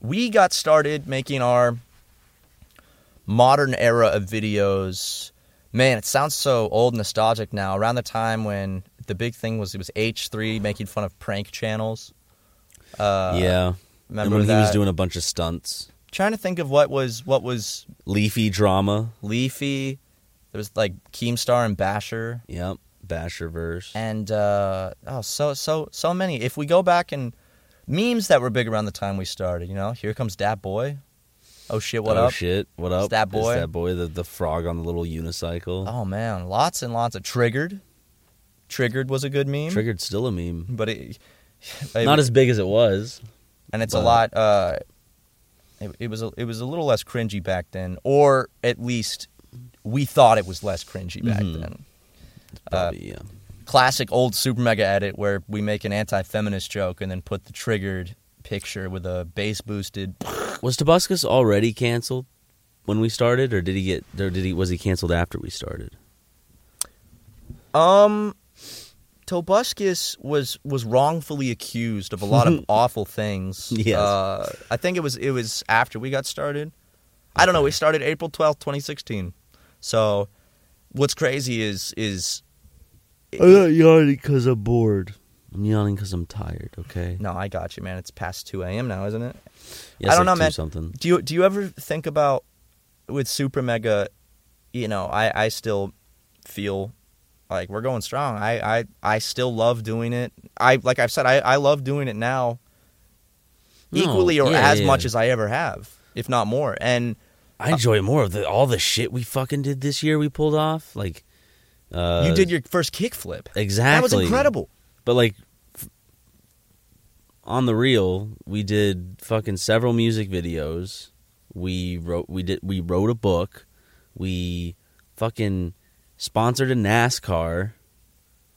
S3: we got started making our modern era of videos. Man, it sounds so old, and nostalgic now. Around the time when the big thing was, it was H three making fun of prank channels. Uh,
S4: yeah. And
S3: remember
S4: when he was
S3: that?
S4: doing a bunch of stunts,
S3: Trying to think of what was what was
S4: leafy drama.
S3: Leafy. There was like Keemstar and Basher.
S4: Yep. Basher verse.
S3: and uh, oh, so so so many. If we go back and memes that were big around the time we started, you know, here comes Dat Boy. Oh shit, what
S4: oh,
S3: up?
S4: shit. What up?
S3: that boy.
S4: It's that boy, the, the frog on the little unicycle.
S3: Oh man, lots and lots of triggered. Triggered was a good meme,
S4: Triggered still a meme.
S3: but it,
S4: Not as big as it was.
S3: and it's a
S4: but-
S3: lot. Uh, it, it was a, it was a little less cringy back then, or at least we thought it was less cringy back
S4: Mm-hmm.
S3: then. Uh,
S4: Probably, yeah.
S3: Classic old super mega edit where we make an anti-feminist joke and then put the triggered picture with a bass boosted
S4: Was Tobuscus already canceled when we started, or did he get? Or did he? Was he canceled after we started?
S3: Um, Tobuscus was was wrongfully accused of a lot of awful things.
S4: Yes.
S3: uh, I think it was it was after we got started. I don't know. We started April twelfth, twenty sixteen. So, what's crazy is is
S4: I'm not Uh, yawning because I'm bored. I'm yawning because I'm tired. Okay.
S3: no, I got you, man. It's past two a.m. now, isn't it?
S4: Yes,
S3: I don't
S4: like
S3: know,
S4: two
S3: man.
S4: Something.
S3: Do you do you ever think about with Super Mega? You know, I I still feel like we're going strong. I I I still love doing it. I like I've said, I I love doing it now,
S4: No,
S3: equally or
S4: yeah,
S3: as
S4: yeah.
S3: much as I ever have, if not more. And
S4: I enjoy it more of the, all the shit we fucking did this year. We pulled off like. Uh,
S3: you did your first kickflip.
S4: exactly.
S3: That was incredible.
S4: But like f- on the real, we did fucking several music videos. We wrote we did we wrote a book. We fucking sponsored a NASCAR.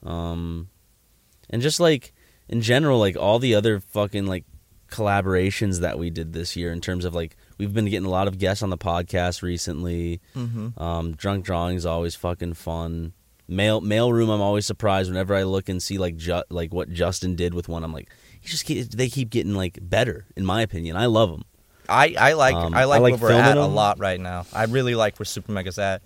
S4: Um and just like in general like all the other fucking like collaborations that we did this year in terms of like we've been getting a lot of guests on the podcast recently.
S3: Mm-hmm.
S4: Um, drunk drawing's always fucking fun. Mail mailroom, I'm always surprised whenever I look and see like ju- like what Justin did with one. I'm like, he just keep, they keep getting like better, in my opinion. I love them.
S3: I, I like
S4: Um,
S3: I like,
S4: I like
S3: where we're at
S4: filming
S3: a
S4: 'em.
S3: lot right now. I really like where Super Mega's at.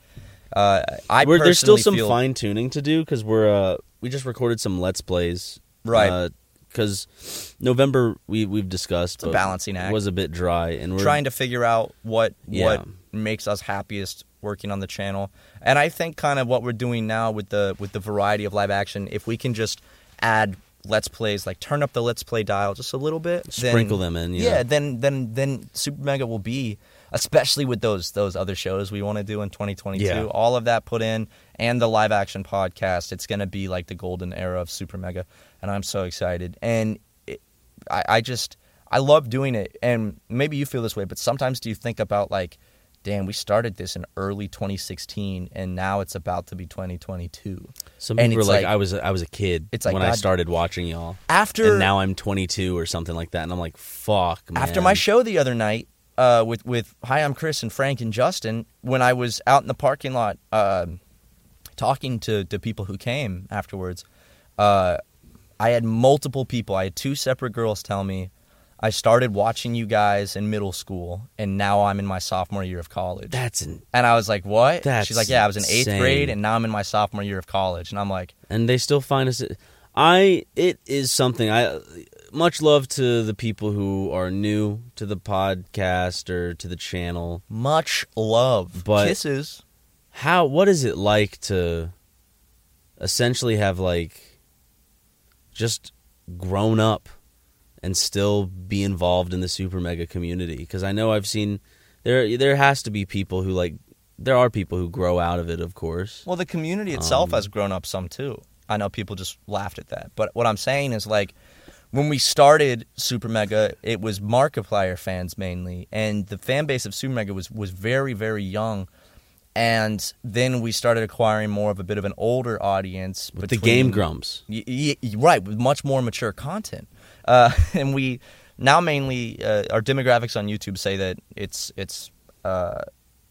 S3: Uh, I
S4: We're, there's still
S3: personally
S4: some
S3: feel-
S4: fine tuning to do because we're uh, we just recorded some let's plays,
S3: Right.
S4: Because November we we've discussed
S3: a
S4: but
S3: balancing act.
S4: was a bit dry, and we're
S3: trying to figure out what
S4: Yeah.
S3: what makes us happiest working on the channel. And I think kind of what we're doing now with the with the variety of live action, if we can just add let's plays, like turn up the let's play dial just a little bit, then-
S4: Sprinkle them in, yeah.
S3: then then then Super Mega will be especially with those those other shows we want to do in 2022.
S4: Yeah.
S3: All of that put in and the live action podcast, it's going to be like the golden era of Super Mega and I'm so excited. And it, I I just I love doing it and maybe you feel this way, but sometimes do you think about like damn, we started this in early 2016 and now it's about to be 2022.
S4: Some
S3: and
S4: people were
S3: it's
S4: like,
S3: like-
S4: I was I was a kid
S3: It's like,
S4: when I
S3: God-
S4: started watching y'all,
S3: After
S4: and now I'm 22 or something like that, and I'm like, fuck. Man.
S3: after my show the other night, uh, with with hi, I'm Chris and Frank and Justin. When I was out in the parking lot uh, talking to to people who came afterwards, uh, I had multiple people. I had two separate girls tell me. I started watching you guys in middle school, and now I'm in my sophomore year of college.
S4: That's an,
S3: And I was like, "What?"
S4: That's
S3: She's like, "Yeah, I was in eighth
S4: insane.
S3: grade, and now I'm in my sophomore year of college." And I'm like,
S4: and they still find us. I it is something. I much love to the people who are new to the podcast or to the channel.
S3: "Much love,
S4: But-
S3: kisses."
S4: How what is it like to essentially have like just grown up and still be involved in the super mega community? Because I know I've seen there there has to be people who like there are people who grow out of it, of course.
S3: Well, the community itself
S4: Um,
S3: has grown up some too. I know people just laughed at that, but what I'm saying is like when we started Super Mega, it was Markiplier fans mainly, and the fan base of Super Mega was was very very young. And then we started acquiring more of a bit of an older audience
S4: With the Game
S3: between-
S4: Grumps.
S3: Y- y- y- right, with much more mature content. Uh, and we now mainly uh, our demographics on YouTube say that it's it's uh,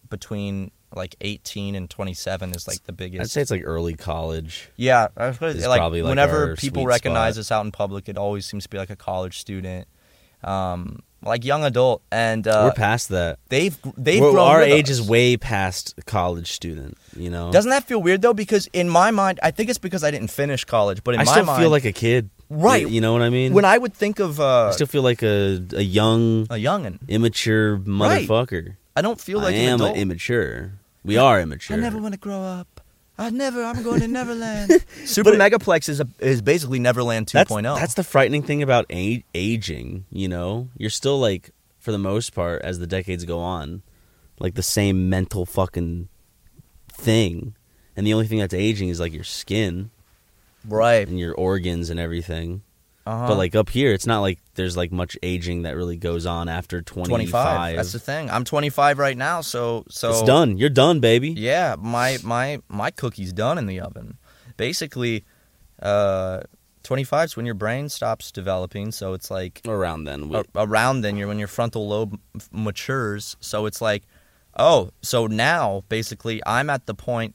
S3: between like 18 and 27 is like the biggest.
S4: I'd say it's like early college.
S3: yeah, I was gonna
S4: It's
S3: say, like,
S4: probably, like,
S3: whenever
S4: our
S3: people
S4: sweet
S3: recognize
S4: spot.
S3: us out in public, it always seems to be like a college student, um, like young adult, and uh,
S4: We're past that.
S3: they've they've
S4: We're-
S3: grown
S4: our
S3: with
S4: age
S3: us.
S4: is way past college student. You know,
S3: Doesn't that feel weird though? Because in my mind, I think it's because I didn't finish college, but in
S4: I
S3: my
S4: still
S3: mind,
S4: feel like a kid,
S3: Right.
S4: Y- You know what I mean?
S3: when I would think of
S4: I
S3: uh,
S4: still feel like a a young,
S3: a youngin.
S4: immature motherfucker.
S3: I don't feel like
S4: I
S3: an
S4: am
S3: adult.
S4: immature. We are immature.
S3: I never want to grow up. I never. I'm going to Neverland. Super Megaplex is a, is basically Neverland 2.0.
S4: that's, that's the frightening thing about a- aging. You know, you're still like, for the most part, as the decades go on, like the same mental fucking thing, and the only thing that's aging is like your skin
S3: right.
S4: and your organs and everything.
S3: Uh-huh.
S4: But like up here, it's not like there's like much aging that really goes on after 25.
S3: 25. That's the thing. I'm 25 right now, so so
S4: it's done. You're done, baby.
S3: Yeah, my my my cookie's done in the oven. Basically, uh, 25 is when your brain stops developing, so it's like
S4: Around then, we,
S3: a- around then you're when your frontal lobe f- matures so it's like oh so now basically i'm at the point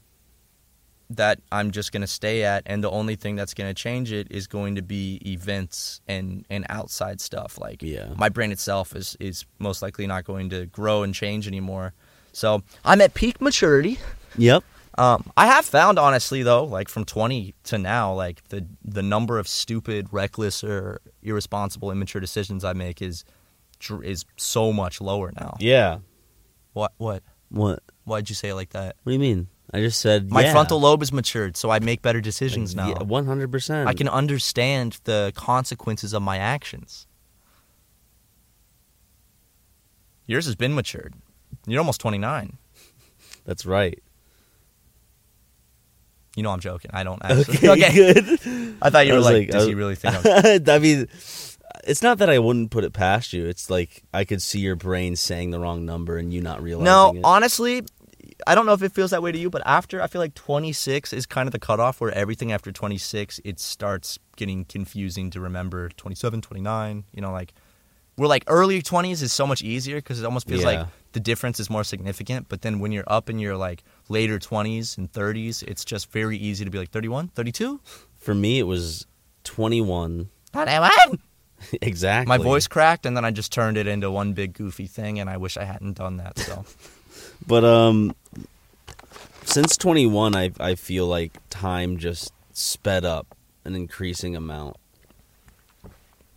S3: that i'm just going to stay at and the only thing that's going to change it is going to be events and and outside stuff like
S4: Yeah.
S3: my brain itself is is most likely not going to grow and change anymore so i'm at peak maturity
S4: yep.
S3: um, I have found, honestly, though, like from 20 to now, like the the number of stupid, reckless, or irresponsible, immature decisions I make is dr- is so much lower now.
S4: Yeah.
S3: What? What?
S4: What?
S3: Why'd you say it like that?
S4: What do you mean? I just said
S3: My
S4: yeah.
S3: frontal lobe is matured, so I make better decisions now.
S4: One hundred percent.
S3: I can understand the consequences of my actions. Yours has been matured. You're almost 29.
S4: That's right.
S3: You know I'm joking. I don't actually.
S4: good.
S3: I thought you
S4: I
S3: were
S4: was
S3: like,
S4: like,
S3: does
S4: I-
S3: he really think I'm
S4: I mean, it's not that I wouldn't put it past you. It's like I could see your brain saying the wrong number and you not realizing
S3: No, uh
S4: it.
S3: honestly, I don't know if it feels that way to you, but after I feel like 26 is kind of the cutoff where everything after 26 it starts getting confusing to remember 27, 29, you know like we're like early 20s is so much easier cuz it almost feels
S4: Yeah.
S3: like the difference is more significant, but then when you're up in your like later 20s and 30s, it's just very easy to be like 31, 32.
S4: For me, it was twenty-one exactly.
S3: My voice cracked and then I just turned it into one big goofy thing and I wish I hadn't done that. So
S4: But um, since 21, I I feel like time just sped up an increasing amount.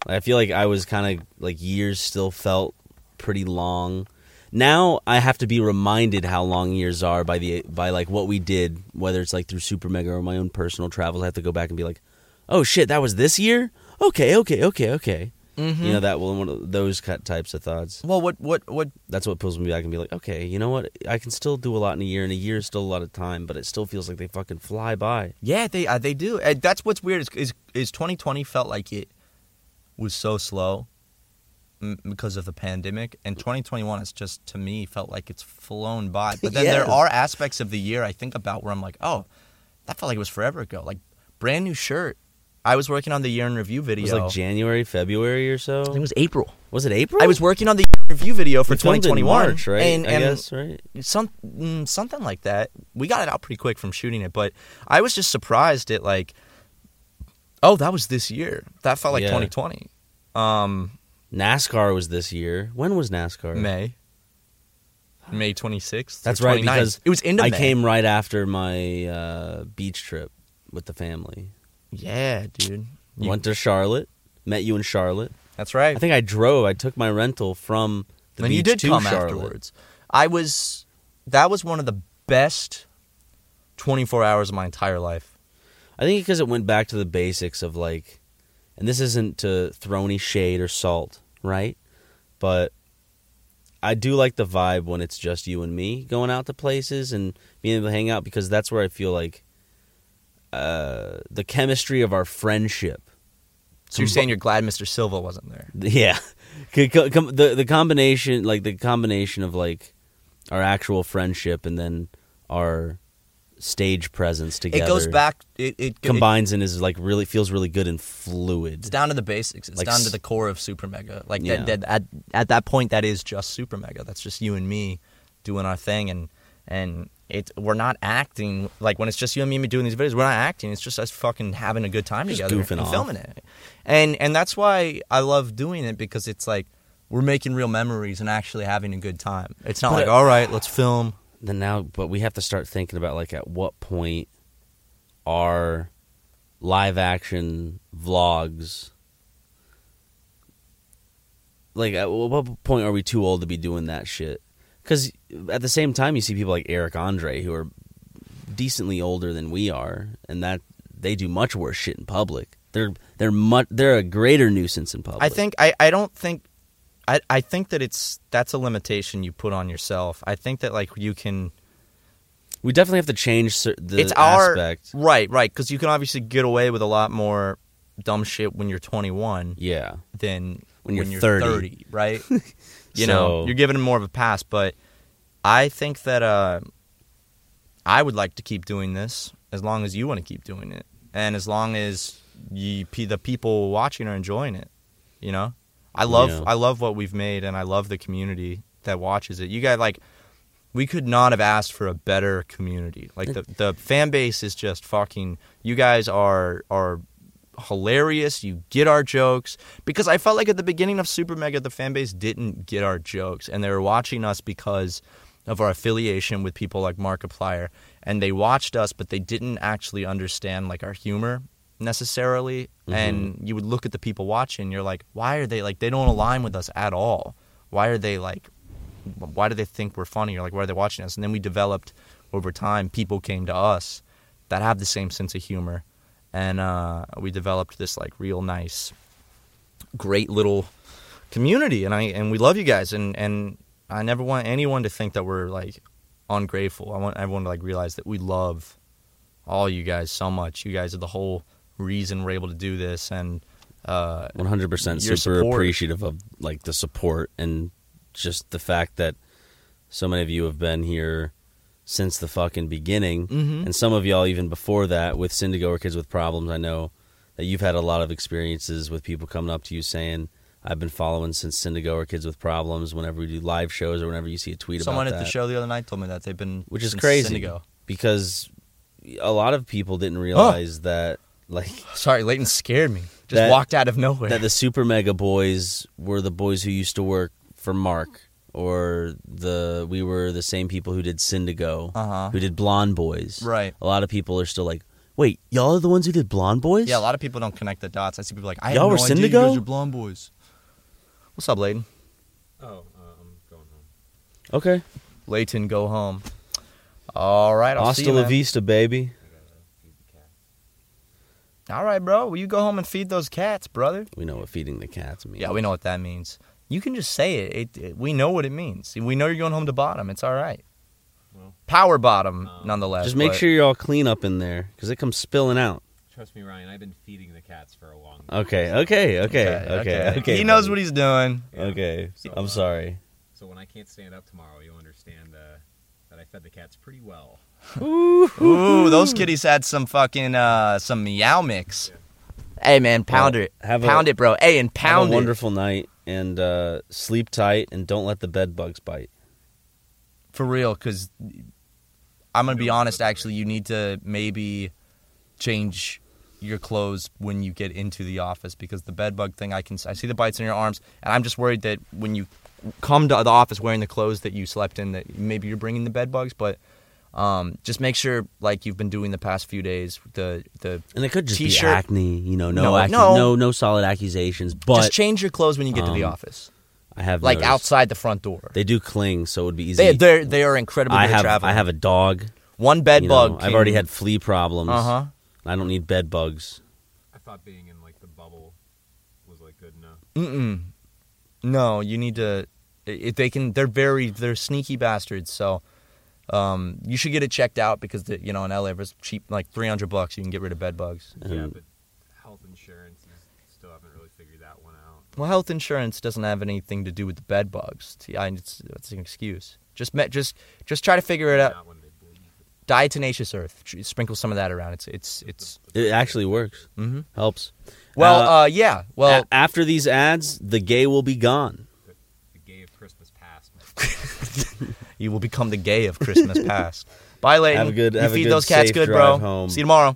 S4: I feel like I was kind of like years still felt pretty long. Now I have to be reminded how long years are by the by like what we did, whether it's like through Super Mega or my own personal travels. I have to go back and be like, oh shit, that was this year. Okay, okay, okay, okay. You know that one of those cut types of thoughts
S3: well, what what what
S4: that's what pulls me back and be like, okay, you know what? I can still do a lot in a year, and a year is still a lot of time, but it still feels like they fucking fly by.
S3: Yeah, they uh, they do. And that's what's weird is, is is 2020 felt like it was so slow m- because of the pandemic, and 2021 is just to me felt like it's flown by. But then there
S4: Yes.
S3: are aspects of the year I think about where I'm like, oh, that felt like it was forever ago. Like brand new shirt. I was working on the year in review
S4: It
S3: video.
S4: was like January, February or so.
S3: I think it was April.
S4: Was it April?
S3: I was working on the year review video for
S4: We filmed it in
S3: 2021,
S4: March, right?
S3: And,
S4: I
S3: and
S4: guess, right?
S3: some mm, something like that. We got it out pretty quick from shooting it, but I was just surprised at like, oh, that was this year. That felt like
S4: Yeah.
S3: 2020. Um,
S4: NASCAR was this year. When was NASCAR?
S3: May, May 26th. or
S4: That's right
S3: 29th.
S4: because
S3: it was into
S4: I
S3: May.
S4: came right after my uh, beach trip with the family.
S3: Yeah, dude. You-
S4: Went to Charlotte, met you in Charlotte.
S3: That's right.
S4: I think I drove. I took my rental from the
S3: then
S4: beach
S3: you did
S4: to
S3: come
S4: Charlotte.
S3: afterwards. I was. That was one of the best 24 hours of my entire life.
S4: I think because it went back to the basics of like, and this isn't to throw any shade or salt, right? But I do like the vibe when it's just you and me going out to places and being able to hang out because that's where I feel like uh, the chemistry of our friendship.
S3: So you're saying you're glad Mr. Silva wasn't there?
S4: Yeah, Could co- com- the the combination like the combination of like our actual friendship and then our stage presence together.
S3: It goes back. It, it it-
S4: combines and is like really feels really good and
S3: It's
S4: fluid.
S3: down to the basics. It's
S4: Like
S3: down
S4: s-
S3: to the core of Super Mega. Like
S4: Yeah.
S3: that, that, at at that point, that is just Super Mega. That's just you and me doing our thing, and and it we're not acting like when it's just you and me doing these videos. We're not acting. It's just us fucking having a good time
S4: Just
S3: together
S4: goofing
S3: and
S4: off.
S3: filming it. And and that's why I love doing it because it's like we're making real memories and actually having a good time. It's not
S4: But-
S3: like all right, let's film.
S4: Then now, but we have to start thinking about like at what point are live action vlogs like at what point are we too old to be doing that shit? Because at the same time, you see people like Eric Andre who are decently older than we are, and that they do much worse shit in public. They're they're much they're a greater nuisance in public.
S3: I think I, I don't think I, I think that it's that's a limitation you put on yourself. I think that like you can
S4: we definitely have to change cer- the
S3: it's
S4: aspect.
S3: our right, right. Because you can obviously get away with a lot more dumb shit when you're 21
S4: yeah.
S3: than when,
S4: When you're
S3: you're
S4: 30.
S3: 30, right? you know,
S4: So-
S3: you're giving them more of a pass. But I think that uh, I would like to keep doing this as long as you want to keep doing it, and as long as you, pe- the people watching are enjoying it. You know, I love
S4: Yeah.
S3: I love what we've made, and I love the community that watches it. You guys like. We could not have asked for a better community. Like the, the fan base is just fucking. You guys are are hilarious. You get our jokes because I felt like at the beginning of Super Mega, the fan base didn't get our jokes, and they were watching us because of our affiliation with people like Markiplier, and they watched us, but they didn't actually understand like our humor necessarily. And you would look at the people watching, you're like, why are they like they don't align with us at all? Why are they like? Why do they think we're funny? Or like, why are they watching us? And then we developed over time. People came to us that have the same sense of humor and uh, we developed this like real nice, great little community, and I and we love you guys, and and I never want anyone to think that we're like ungrateful. I want everyone to like realize that we love all you guys so much. You guys are the whole reason we're able to do this, and uh,
S4: one hundred percent super
S3: Your support.
S4: appreciative of like the support and just the fact that so many of you have been here since the fucking beginning,
S3: Mm-hmm.
S4: and some of y'all even before that with Syndigo or Kids with Problems. I know that you've had a lot of experiences with people coming up to you saying. I've been following since Syndigo or Kids with Problems. Whenever we do live shows or whenever you see a tweet
S3: someone
S4: about
S3: at the
S4: that.
S3: show the other night told me that they've been
S4: which is
S3: since
S4: crazy
S3: Syndigo.
S4: because a lot of people didn't realize that like
S3: Sorry, Leighton scared me. Just
S4: That-
S3: walked out of nowhere.
S4: that the super mega boys were the boys who used to work for Mark or the we were the same people who did Syndigo,
S3: Uh-huh.
S4: who did Blonde Boys.
S3: Right.
S4: A lot of people are still like, "Wait, y'all are the ones who did Blonde Boys?"
S3: yeah, a lot of people don't connect the dots. I see people like, I
S4: Y'all
S3: have no
S4: were
S3: idea you
S4: Syndigo?
S3: guys are blonde boys. What's up, Leighton?
S6: Oh,
S4: okay.
S3: Leighton, go home. All right, I'll see
S4: Hasta
S3: you,
S4: la
S3: man.
S4: vista, baby.
S3: All right, bro. Will you go home and feed those cats, brother?
S4: We know what feeding the cats means.
S3: Yeah, we know what that means. You can just say it. it, it we know what it means. We know you're going home to bottom. It's all right. Power bottom, nonetheless.
S4: Just make
S3: but-
S4: sure you're all clean up in there because it comes spilling out.
S6: Trust me, Ryan, I've been feeding the cats for a long time.
S4: Okay, okay, okay, okay, okay.
S3: He knows
S4: buddy.
S3: what he's doing.
S4: Okay,
S6: So,
S4: I'm
S6: uh,
S4: sorry.
S6: So when I can't stand up tomorrow, you'll understand uh, that I fed the cats pretty well.
S3: Ooh, those kitties had some fucking uh, some meow mix. Hey man, pound
S4: Well,
S3: it,
S4: have a-
S3: pound it, bro. Hey, and
S4: Have
S3: pound
S4: a
S3: it.
S4: wonderful night and uh, sleep tight and don't let the bed bugs bite.
S3: for real because i'm gonna be honest actually you need to maybe change your clothes when you get into the office because the bed bug thing i can i see the bites in your arms and i'm just worried that when you come to the office wearing the clothes that you slept in that maybe you're bringing the bed bugs but um, just make sure like you've been doing the past few days the the
S4: And it could just
S3: T-shirt.
S4: be acne, you know, no,
S3: No,
S4: accu-
S3: no.
S4: no, no solid accusations. But
S3: just change your clothes when you get to the
S4: um,
S3: office
S4: I have
S3: like
S4: noticed.
S3: outside the front door
S4: They do cling, so it would be easy.
S3: they they're, they are incredibly
S4: I
S3: good
S4: have
S3: traveling.
S4: I have a dog.
S3: one bed
S4: you know,
S3: bug
S4: I've
S3: can-
S4: already had flea problems.
S3: Uh-huh.
S4: I don't need bed bugs.
S6: I thought being in like the bubble was like good enough.
S3: Mm-mm. No, you need to. It, they can. They're very. They're sneaky bastards. So, um, you should get it checked out because the, you know in LA it's cheap, like three hundred bucks. You can get rid of bed bugs.
S6: yeah,
S4: And
S6: but health insurance is still haven't really figured that one out.
S3: Well, health insurance doesn't have anything to do with the bed bugs. See, I- It's, it's an excuse. Just met. Just just try to figure it out.
S6: Not when they bleed.
S3: Die tenacious earth. Tr- Sprinkle some of that around. It's it's it's.
S4: it actually works. Mm-hmm. Helps.
S3: Well,
S4: Uh,
S3: uh, yeah. Well,
S4: A- after these ads, the gay will be gone.
S6: The gay of Christmas past.
S3: you will become the gay of Christmas past. Bye, Layton.
S4: Have a good-
S3: You
S4: have a
S3: feed
S4: good,
S3: those cats
S4: safe
S3: good, bro.
S4: drive home.
S3: See you tomorrow.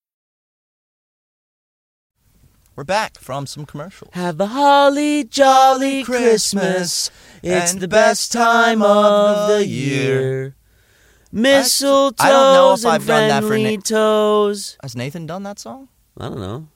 S3: We're back from some commercials.
S4: Have a holly jolly Christmas. It's the best time of the year. Mistletoes
S3: I don't know if
S4: and
S3: I've done that for
S4: friendly
S3: Nick.
S4: toes.
S3: Has Nathan done that song?
S4: I don't know.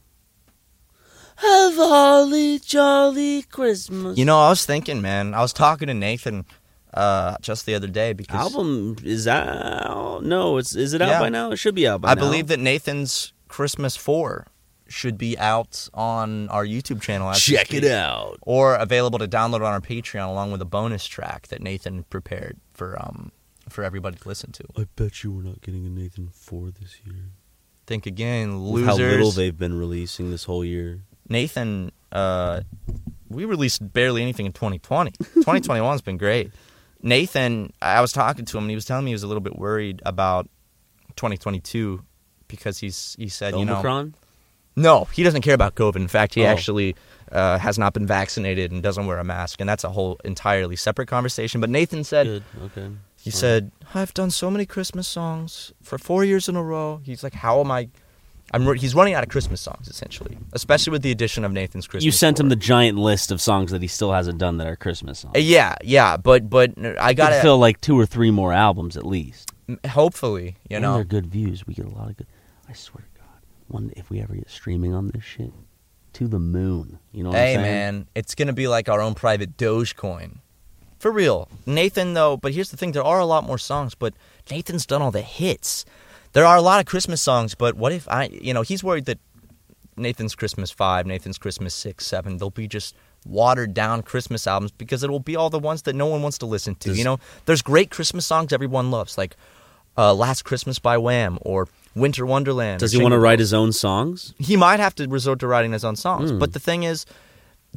S4: Have a holly jolly Christmas.
S3: You know, I was thinking, man. I was talking to Nathan uh, just the other day because
S4: album is out. No, it's is it out
S3: Yeah.
S4: by now? It should be out by
S3: I
S4: now.
S3: believe that Nathan's Christmas Four should be out on our YouTube channel. as we
S4: Check it
S3: speak,
S4: out.
S3: or available to download on our Patreon along with a bonus track that Nathan prepared for um for everybody to listen to.
S4: I bet you we're not getting a Nathan Four this year.
S3: Think again,
S4: With How little
S3: losers.
S4: they've been releasing this whole year.
S3: Nathan, uh, we released barely anything in 2020. 2021's been great. Nathan, I was talking to him and he was telling me he was a little bit worried about 2022 because he's he said, you know,
S4: Omicron.
S3: no, he doesn't care about COVID. In fact, he
S4: Oh.
S3: actually uh, has not been vaccinated and doesn't wear a mask, and that's a whole entirely separate conversation. But Nathan said,
S4: Good. Okay.
S3: he said, I've done so many Christmas songs for four years in a row. He's like, how am I? I'm. ru- He's running out of Christmas songs essentially, especially with the addition of Nathan's Christmas.
S4: You sent him
S3: Story.
S4: the giant list of songs that he still hasn't done that are Christmas songs.
S3: Uh, Yeah, yeah, but but I
S4: got
S3: gotta
S4: to fill like two or three more albums at least.
S3: hopefully, you
S4: and
S3: know.
S4: they're good views. We get a lot of good. I swear to God, one if we ever get streaming on this shit, to the moon. You know what
S3: Hey
S4: I'm saying?
S3: man, it's gonna be like our own private Dogecoin, for real. Nathan though, but here's the thing: there are a lot more songs, but Nathan's done all the hits. There are a lot of Christmas songs, but what if I? You know, he's worried that Nathan's Christmas five, Nathan's Christmas six, seven, they'll be just watered down Christmas albums because it will be all the ones that no one wants to listen to. you know, there's great Christmas songs everyone loves, like uh, "Last Christmas" by Wham or "Winter Wonderland."
S4: Does
S3: or
S4: he want to
S3: Jingle
S4: write his own songs?
S3: he might have to resort to writing his own songs.
S4: Hmm.
S3: But the thing is,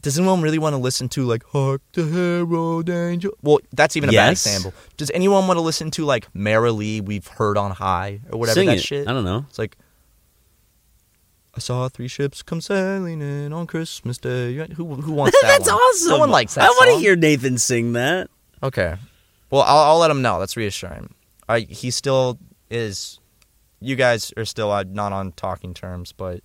S3: does anyone really want to listen to like "Hark the Herald Angel"? Well, that's even a bad
S4: Yes.
S3: example. Does anyone want to listen to like "Merrily We've Heard on High" or whatever
S4: Sing
S3: that
S4: it.
S3: shit?
S4: I don't know.
S3: It's like I saw three ships come sailing in on Christmas Day. Who who wants that?
S4: That's
S3: one?
S4: awesome.
S3: No one likes that.
S4: I want to
S3: song.
S4: hear Nathan sing that.
S3: Okay. Well, I'll, I'll let him know. That's reassuring. I, he still is. You guys are still uh, not on talking terms, but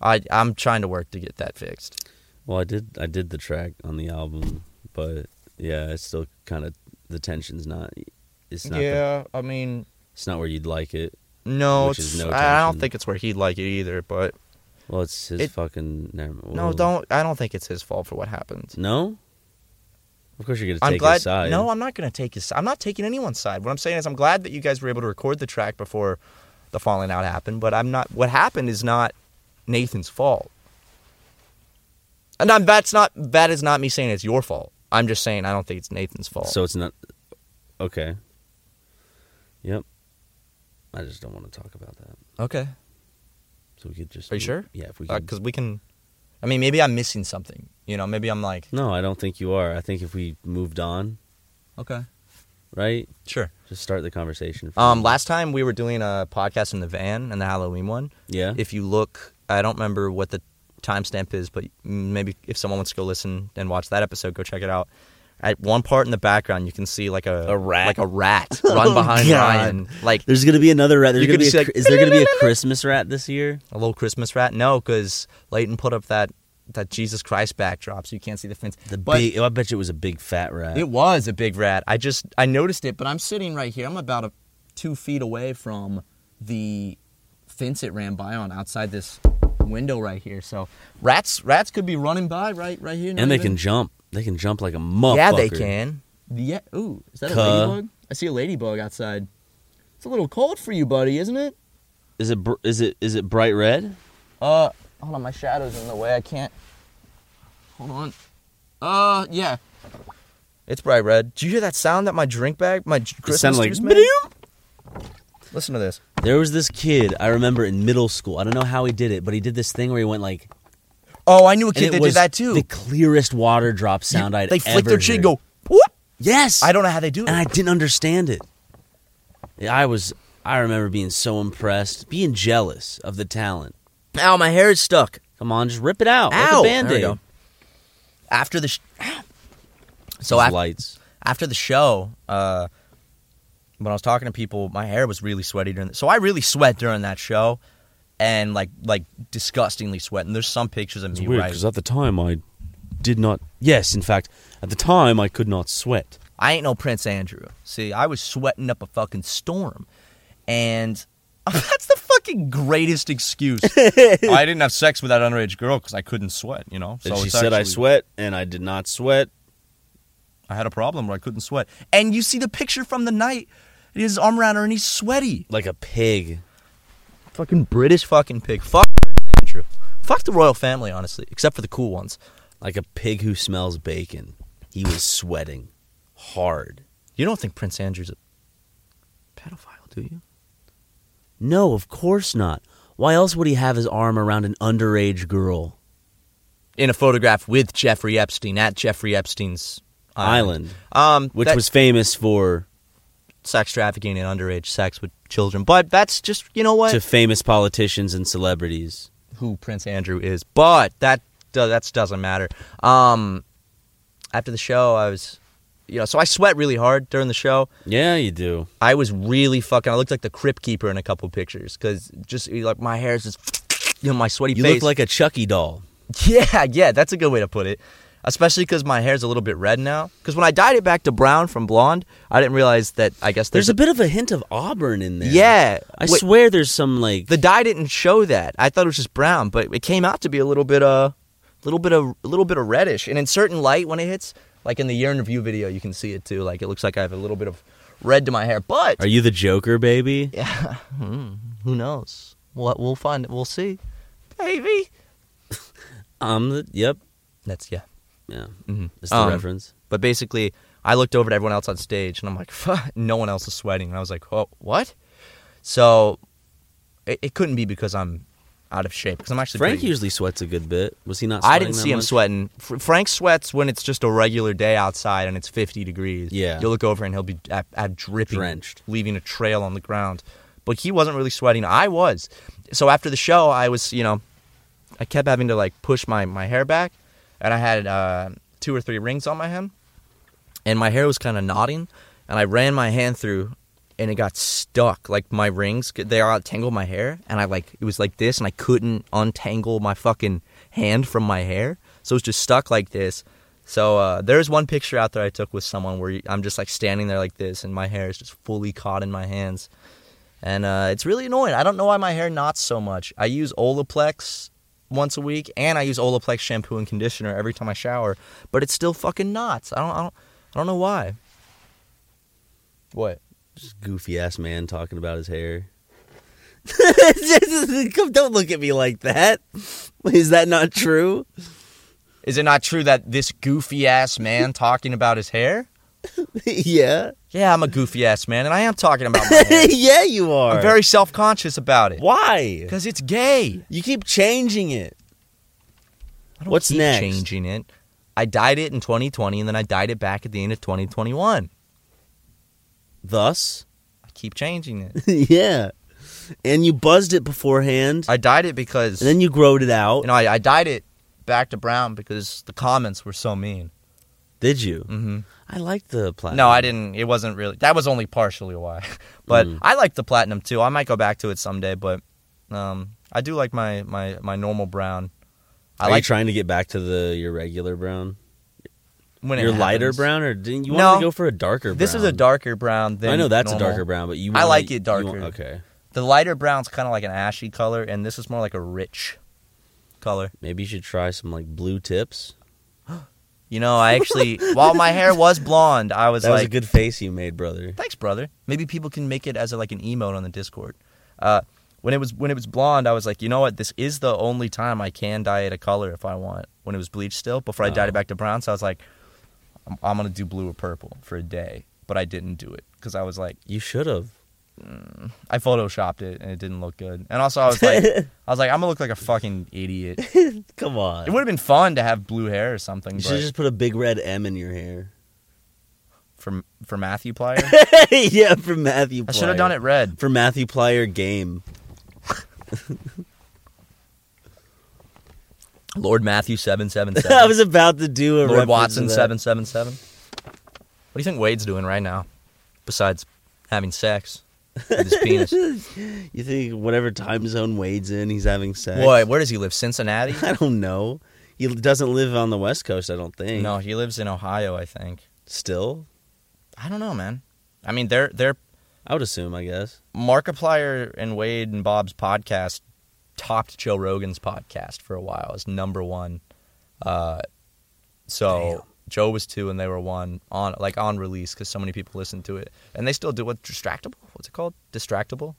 S3: I I'm trying to work to get that fixed.
S4: Well, I did. I did the track on the album, but yeah, it's still kind of the tension's not. It's not. the-
S3: I mean,
S4: it's not where you'd like it.
S3: no,
S4: Which
S3: it's,
S4: is no
S3: I don't
S4: tension.
S3: think it's where he'd like it either. But
S4: Well, it's his
S3: It-
S4: fucking. Never,
S3: no,
S4: whoa.
S3: don't. I don't think it's his fault for what happened.
S4: No. Of course, you're gonna take
S3: I'm glad.
S4: his side.
S3: No, I'm not going to take his. I'm not taking anyone's side. What I'm saying is, I'm glad that you guys were able to record the track before the falling out happened. But I'm not. What happened is not Nathan's fault. And I'm, that's not that is not me saying it's your fault. I'm just saying I don't think it's Nathan's fault.
S4: So it's not okay. Yep. I just don't want to talk about that.
S3: okay,
S4: So we could just.
S3: Are you sure? Uh,
S4: Yeah, if we could.
S3: because we can. I mean, maybe I'm missing something. You know, maybe I'm like
S4: no, I don't think you are. I think if we moved on,
S3: okay,
S4: right?
S3: sure.
S4: Just start the conversation. from-
S3: Um, last time we were doing a podcast in the van and the Halloween one.
S4: yeah.
S3: If you look, I don't remember what the timestamp is, but maybe if someone wants to go listen and watch that episode, go check it out. At one part in the background, you can see like a,
S4: A rat. Oh,
S3: like a rat run behind
S4: God.
S3: Ryan, like
S4: there's gonna be another rat. There's
S3: You could
S4: gonna be. A,
S3: just
S4: cr-
S3: like-
S4: is there gonna be a Christmas rat this year?
S3: a little Christmas rat. No, because Leighton put up that that Jesus Christ backdrop, so you can't see the fence.
S4: The
S3: But
S4: big. Oh, I bet you it was a big fat rat.
S3: It was a big rat. I just I noticed it, but I'm sitting right here. I'm about a, two feet away from the fence it ran by on outside this window right here. So rats rats could be running by right right here.
S4: and they
S3: not
S4: can
S3: even-
S4: jump. They can jump like a motherfucker.
S3: Yeah, they can. Yeah. Ooh, is that a
S4: Cuh.
S3: ladybug? I see a ladybug outside. It's a little cold for you, buddy, isn't it?
S4: Is it? br- Is it? Is it bright red?
S3: Uh, hold on, my shadow's in the way. I can't. Hold on. Uh, yeah. It's bright red. Did you hear that sound that my drink bag, my j- Christmas
S4: sounded like,
S3: juice made? Listen to this.
S4: There was this kid I remember in middle school. I don't know how he did it, but he did this thing where he went like.
S3: Oh, I knew a
S4: and
S3: kid
S4: it
S3: that
S4: was
S3: did that too.
S4: The clearest water drop sound I'd
S3: they flick
S4: ever
S3: their cheek,
S4: heard.
S3: and go whoop.
S4: Yes.
S3: I don't know how they do it.
S4: and I didn't understand it. Yeah, I was I remember being so impressed, being jealous of the talent.
S3: Ow, my hair is stuck.
S4: Come on, just rip it out.
S3: Ow.
S4: Like a band-aid.
S3: There we go. After the sh- so
S4: These
S3: after
S4: lights.
S3: after the show, uh, when I was talking to people, my hair was really sweaty during. The, so I really sweat during that show, and like like disgustingly sweat. And there's some pictures of me right.
S4: at the time I did not Yes, in fact, at the time I could not sweat.
S3: I ain't no Prince Andrew. See, I was sweating up a fucking storm, and that's the fucking greatest excuse. I didn't have sex with that underage girl because I couldn't sweat. You know,
S4: And
S3: so
S4: she
S3: it's
S4: said I
S3: actually-
S4: sweat and I did not sweat.
S3: I had a problem where I couldn't sweat. And you see the picture from the night. He has his arm around her and he's sweaty.
S4: Like a pig.
S3: Fucking British fucking pig. Fuck Prince Andrew. Fuck the royal family, honestly, except for the cool ones.
S4: Like a pig who smells bacon. He was sweating hard.
S3: You don't think Prince Andrew's a pedophile, do you?
S4: No, of course not. Why else would he have his arm around an underage girl?
S3: In a photograph with Jeffrey Epstein at Jeffrey Epstein's
S4: Island,
S3: Um,
S4: which
S3: that-
S4: was famous for
S3: sex trafficking and underage sex with children. But that's just, you know what?
S4: to famous politicians and celebrities.
S3: who Prince Andrew is, but that do- that doesn't matter. Um, after the show, I was, you know, so I sweat really hard during the show.
S4: Yeah, you do.
S3: I was really fucking. I looked like the crypt keeper in a couple pictures because just like my hair is just, you know, my sweaty
S4: You
S3: face.
S4: look like a Chucky doll.
S3: yeah, yeah, that's a good way to put it. Especially because my hair's a little bit red now. Because when I dyed it back to brown from blonde, I didn't realize that. I guess there's,
S4: There's a bit of a hint of auburn in there.
S3: Yeah.
S4: I
S3: Wait.
S4: swear there's some like
S3: the dye didn't show that. I thought it was just brown, but it came out to be a little bit uh little bit of a little bit of reddish. And in certain light when it hits, like in the year in review video, you can see it too. Like it looks like I have a little bit of red to my hair. But
S4: Are you the Joker, baby? Yeah.
S3: who knows? We'll, we'll find we'll see. Baby.
S4: I'm the yep. Mm-hmm.
S3: That's yeah.
S4: Yeah. That's the
S3: Um,
S4: reference.
S3: But basically, I looked over to everyone else on stage, and I'm like, "Fuck, no one else is sweating." And I was like, "Oh, what?" So it, it couldn't be because I'm out of shape because I'm actually
S4: Frank
S3: pretty-
S4: usually sweats a good bit. Was he not
S3: I
S4: sweating
S3: didn't
S4: that
S3: see him
S4: much?
S3: sweating. Fr- Frank sweats when it's just a regular day outside and it's 50 degrees.
S4: Yeah.
S3: You'll look over and he'll be at, at dripping,
S4: Drenched.
S3: leaving a trail on the ground. But he wasn't really sweating. I was. So after the show, I was, you know, I kept having to like push my, my hair back and I had uh, two or three rings on my head and my hair was kind of knotting and I ran my hand through and it got stuck like my rings they all tangled my hair and I like it was like this and I couldn't untangle my fucking hand from my hair so it was just stuck like this so uh, there's one picture out there I took with someone where I'm just like standing there like this and my hair is just fully caught in my hands and uh, it's really annoying I don't know why my hair knots so much I use Olaplex once a week and I use Olaplex shampoo and conditioner every time I shower but it's still fucking knots I don't I don't I don't know why. What?
S4: Just goofy ass man talking about his hair. Come, don't look at me like that. Is that not true?
S3: Is it not true that this goofy ass man talking about his hair?
S4: yeah.
S3: Yeah, I'm a goofy ass man, and I am talking about my hair.
S4: yeah, you are.
S3: I'm very self conscious about it.
S4: Why?
S3: Because it's gay.
S4: You keep changing it.
S3: I don't
S4: What's
S3: keep
S4: next?
S3: Changing it. I dyed it in 2020, and then I dyed it back at the end of 2021.
S4: Thus,
S3: I keep changing it.
S4: yeah. And you buzzed it beforehand,
S3: I dyed it because
S4: and then you growed it out.
S3: you know I, I dyed it back to brown because the comments were so mean.
S4: Did you?
S3: hmm
S4: I like the platinum.
S3: No, I didn't. It wasn't really. That was only partially why. But
S4: Mm.
S3: I like the platinum too. I might go back to it someday, but um, I do like my my my normal brown. I
S4: Are you
S3: like
S4: trying to get back to the your regular brown,
S3: when it
S4: your lighter
S3: happens.
S4: brown, or didn't you
S3: No.
S4: want to go for a darker? brown?
S3: This is a darker brown. Than
S4: I know that's
S3: normal.
S4: a darker brown, but you.
S3: I
S4: wanna-
S3: like it
S4: you
S3: darker.
S4: want- okay,
S3: The lighter brown's kind of like an ashy color, and this is more like a rich color.
S4: maybe you should try some like blue tips.
S3: You know, I actually, while my hair was blonde, I was
S4: That was
S3: like,
S4: a good face you made, brother.
S3: thanks, brother. Maybe people can make it as a, like an emote on the Discord. Uh, when it was when it was blonde, I was like, you know what? This is the only time I can dye it a color if I want. When it was bleached still, before I dyed it back to brown, so I was like, I'm, I'm gonna do blue or purple for a day. But I didn't do it because I was like,
S4: You should have.
S3: I photoshopped it and it didn't look good. And also, I was like, I was like, I'm gonna look like a fucking idiot.
S4: Come on.
S3: It would have been fun to have blue hair or something.
S4: you
S3: But
S4: should just put a big red M in your hair.
S3: for for Matthew Plyer,
S4: yeah, for Matthew.
S3: I should have
S4: Plyer.
S3: done it red.
S4: for Matthew Plyer game.
S3: Lord Matthew seven seven
S4: I
S3: seven.
S4: was about to do a reference
S3: Lord
S4: to
S3: Watson
S4: that.
S3: seven seven seven. What do you think Wade's doing right now, besides having sex with his penis?
S4: You think whatever time zone Wade's in, he's having sex?
S3: Boy, where does he live? Cincinnati?
S4: I don't know. He doesn't live on the West Coast, I don't think.
S3: no, he lives in Ohio, I think.
S4: Still,
S3: I don't know, man. I mean, they're they're
S4: I would assume. I guess.
S3: Markiplier and Wade and Bob's podcast topped Joe Rogan's podcast for a while as number one. Uh, so Joe was two and they were one on like on release because so many people listened to it, and they still do what distractable. What's it called? Distractable.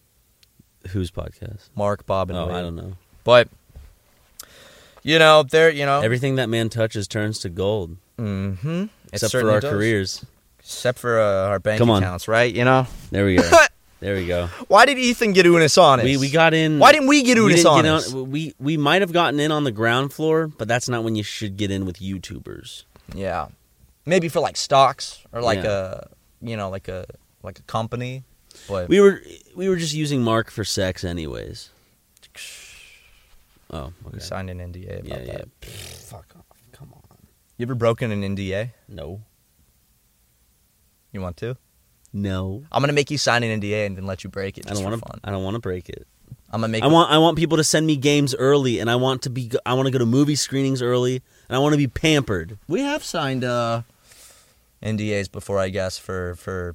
S4: Whose podcast?
S3: Mark, Bob, and
S4: Oh,
S3: Wade.
S4: I don't know.
S3: But you know, they're you know,
S4: Everything that man touches turns to gold,
S3: mm-hmm.
S4: except for our careers.
S3: except for uh, our bank
S4: Come on.
S3: accounts, right? You know,
S4: There we go. there we go.
S3: why did Ethan get Unis on us?
S4: We we got in.
S3: Why didn't we get
S4: we
S3: Unis
S4: didn't
S3: on
S4: get
S3: us?
S4: on- We we might have gotten in on the ground floor, but that's not when you should get in with YouTubers.
S3: Yeah, maybe for like stocks or like
S4: Yeah.
S3: a you know like a like a company. But
S4: We were we were just using Mark for sex, anyways. Oh,
S3: we
S4: okay.
S3: signed an NDA about
S4: Yeah, yeah.
S3: that.
S4: Fuck off. Come on.
S3: You ever broken an NDA?
S4: No.
S3: You want to?
S4: No.
S3: I'm gonna make you sign an NDA and then let you break it.
S4: I
S3: Just
S4: don't
S3: want
S4: want
S3: fun.
S4: to. I don't want to break it.
S3: I'm gonna make.
S4: I want. I want people to send me games early, and I want to be. I want to go to movie screenings early, and I want to be pampered. We have signed. uh
S3: NDAs before I guess for for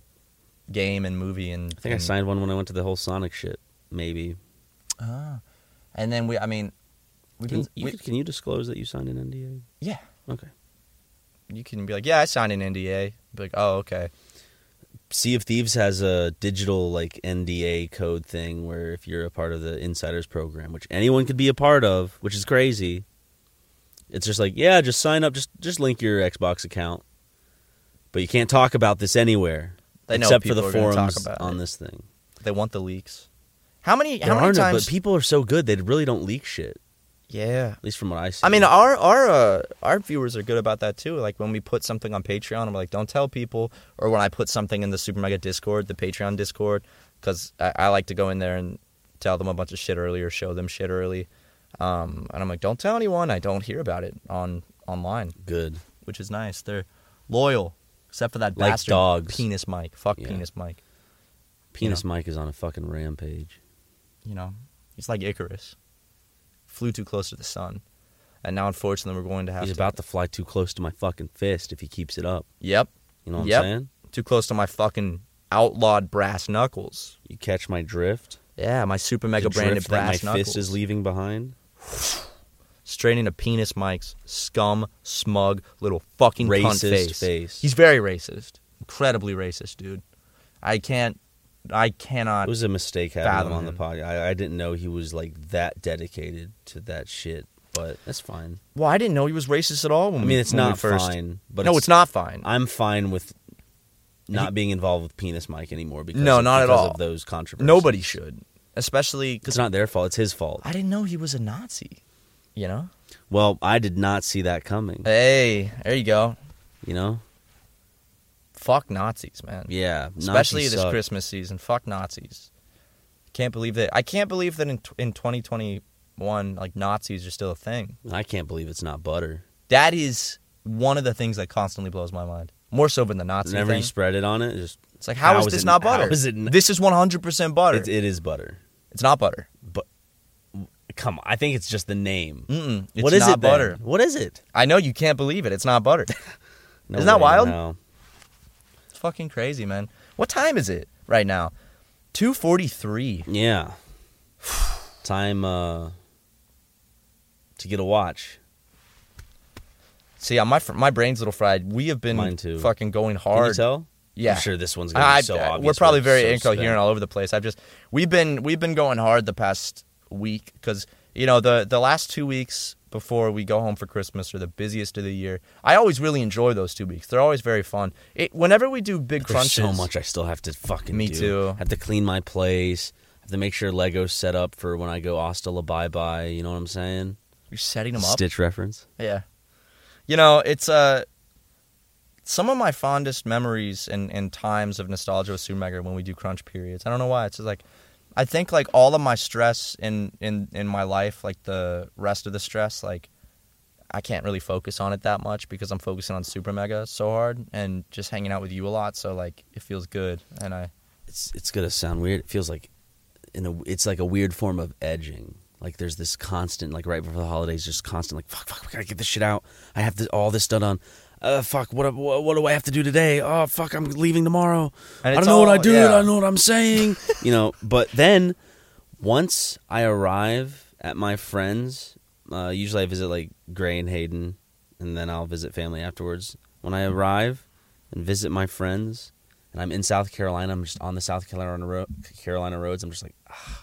S3: game and movie and
S4: I think I
S3: and,
S4: signed one when I went to the whole Sonic shit. Maybe.
S3: and then we I mean we
S4: Can
S3: can,
S4: you,
S3: we-
S4: can you disclose that you signed an NDA?
S3: yeah
S4: Okay.
S3: you can be like yeah I signed an NDA be like oh okay
S4: Sea of Thieves has a digital like NDA code thing where if you're a part of the insiders program, which anyone could be a part of, which is crazy. It's just like, yeah, just sign up, just just link your Xbox account. But you can't talk about this anywhere.
S3: They know
S4: except for
S3: people
S4: the
S3: are gonna
S4: forums
S3: talk about
S4: on
S3: it.
S4: this thing.
S3: they want the leaks how many how
S4: There
S3: many
S4: are no-
S3: times
S4: but people are so good they really don't leak shit,
S3: yeah
S4: at least from what I see.
S3: I mean our our uh, our viewers are good about that too like when we put something on Patreon I'm like don't tell people or when I put something in the Super Mega Discord the Patreon Discord because I, I like to go in there and tell them a bunch of shit early or show them shit early um, and I'm like don't tell anyone I don't hear about it on online
S4: good.
S3: which is nice. They're loyal, except for that
S4: Like
S3: bastard
S4: dogs.
S3: penis Mike. Fuck
S4: Yeah.
S3: penis Mike.
S4: Penis Mike is on a fucking rampage.
S3: You know, he's like Icarus. Flew too close to the sun, and now unfortunately we're going to have to.
S4: He's about to fly too close to my fucking fist if he keeps it up.
S3: Yep.
S4: You know what
S3: Yep.
S4: I'm saying?
S3: Too close to my fucking outlawed brass knuckles.
S4: You catch my drift?
S3: Yeah, my super mega
S4: The drift
S3: branded
S4: that
S3: brass
S4: my
S3: knuckles.
S4: fist is leaving behind.
S3: Straight into penis Mike's scum, smug, little fucking cunt
S4: Racist
S3: face.
S4: face.
S3: He's very racist. Incredibly racist, dude. I can't. I cannot.
S4: It was a mistake having
S3: Fathom
S4: him on the
S3: him.
S4: podcast. I, I didn't know he was like that dedicated to that shit, but that's fine.
S3: well, I didn't know he was racist at all. When
S4: I
S3: we-
S4: mean, it's
S3: when we
S4: not
S3: first.
S4: fine, but
S3: no, it's, not fine.
S4: I'm fine with not
S3: He-
S4: being involved with penis Mike anymore because
S3: No,
S4: of-
S3: not at
S4: because
S3: all.
S4: Of those controversies,
S3: Nobody should, especially
S4: It's
S3: because
S4: not their fault. It's his fault.
S3: I didn't know he was a Nazi. You know?
S4: Well, I did not see that coming.
S3: Hey, there you go.
S4: You know?
S3: Fuck Nazis, man.
S4: Yeah,
S3: especially
S4: Nazis
S3: this
S4: suck.
S3: Christmas season. Fuck Nazis. Can't believe that. I can't believe that in tw- in 2021, like Nazis are still a thing.
S4: I can't believe it's not butter.
S3: That is one of the things that constantly blows my mind. More so than the Nazi
S4: Whenever
S3: thing.
S4: you spread it on it, it's just
S3: it's like, how
S4: how
S3: is
S4: is
S3: this
S4: it-
S3: not butter?
S4: how is it n-
S3: this is 100% butter.
S4: it, it is butter.
S3: it's not butter.
S4: Come on, I think it's just the name.
S3: Mm-mm. It's
S4: What is
S3: not
S4: it? then?
S3: butter.
S4: What is it?
S3: I know you can't believe it. It's not butter.
S4: No
S3: Isn't that
S4: way,
S3: wild?
S4: No.
S3: it's fucking crazy, man. What time is it right now? 2:43.
S4: Yeah. Time uh to get a watch.
S3: See, uh, my fr- my brain's a little fried. We have been
S4: Mine too.
S3: fucking going
S4: Can
S3: hard.
S4: you tell?
S3: Yeah,
S4: I'm sure this one's gonna be
S3: I,
S4: so
S3: I-
S4: obvious.
S3: We're probably
S4: but
S3: very
S4: so
S3: incoherent
S4: sped.
S3: all over the place. I've just we've been we've been going hard the past week because you know the the last two weeks before we go home for Christmas are the busiest of the year. I always really enjoy those two weeks. They're always very fun. It whenever we do big
S4: There's
S3: crunches.
S4: so much I still have to fucking
S3: Me
S4: do.
S3: too.
S4: I have to clean my place. I have to make sure Lego's set up for when I go Asta La Bye Bye. You know what I'm saying?
S3: You're setting them up.
S4: Stitch reference.
S3: Yeah. You know, it's uh some of my fondest memories and, and times of nostalgia with Super Mega are when we do crunch periods. I don't know why. It's just like I think like all of my stress in, in, in my life, like the rest of the stress, like I can't really focus on it that much because I'm focusing on Super Mega so hard and just hanging out with you a lot, so like it feels good and I
S4: It's it's gonna sound weird. It feels like in a it's like a weird form of edging. Like there's this constant like right before the holidays, just constant like fuck fuck. We gotta get this shit out. I have to, all this done on. Uh, fuck! What, what what do I have to do today? Oh fuck! I'm leaving tomorrow.
S3: And
S4: I
S3: it's
S4: don't know what I
S3: all-
S4: do.
S3: yeah.
S4: I don't know what I'm saying. you know. But then once I arrive at my friends, uh, usually I visit like Gray and Hayden, and then I'll visit family afterwards. When I arrive and visit my friends, and I'm in South Carolina, I'm just on the South Carolina ro- Carolina roads. I'm just like, ah,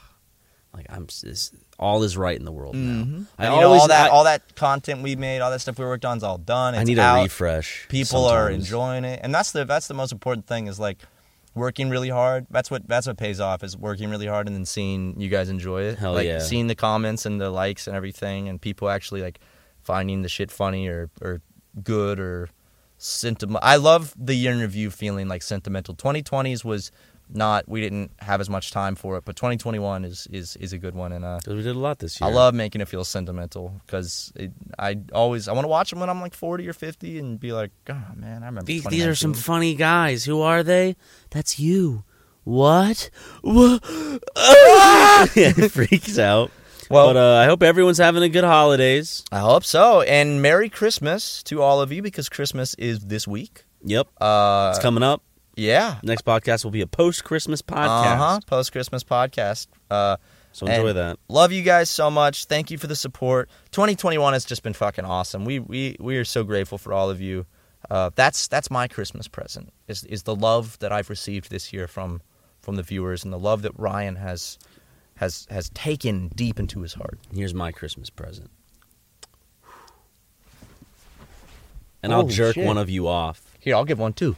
S4: like I'm s- this, all is right in the world now. I
S3: And, you know, Mm-hmm. all that
S4: I-
S3: all that content we made, all that stuff we worked on is all done.
S4: I
S3: It's
S4: need a
S3: out.
S4: refresh.
S3: people are
S4: sometimes.
S3: enjoying it and that's the that's the most important thing is like working really hard that's what that's what pays off is working really hard and then seeing you guys enjoy it
S4: Hell
S3: like
S4: yeah.
S3: seeing the comments and the likes and everything and people actually like finding the shit funny or or good or sentiment i love the year in review feeling like sentimental 2020s was not we didn't have as much time for it but 2021 is is is a good one and uh
S4: 'Cause we did a lot this
S3: I
S4: year.
S3: love making it feel sentimental because I always I want to watch them when I'm like 40 or 50 and be like, God, man, I remember.
S4: These, these are some
S3: 2019."
S4: funny guys. Who are they? That's you. What? Wha- yeah, it freaks out.
S3: Well-
S4: but uh, I hope everyone's having a good holidays.
S3: I hope so. And Merry Christmas to all of you because Christmas is this week.
S4: Yep,
S3: Uh,
S4: it's coming up.
S3: yeah.
S4: Next podcast will be a post-Christmas podcast.
S3: Uh-huh. Post Christmas podcast. Uh,
S4: So enjoy
S3: and
S4: that.
S3: Love you guys so much. Thank you for the support. 2021 has just been fucking awesome. We we we are so grateful for all of you. Uh, that's that's my Christmas present is is the love that I've received this year from from the viewers and the love that Ryan has has has taken deep into his heart.
S4: Here's my Christmas present. And I'll
S3: Holy
S4: jerk
S3: shit.
S4: one of you off.
S3: Here, I'll give one too.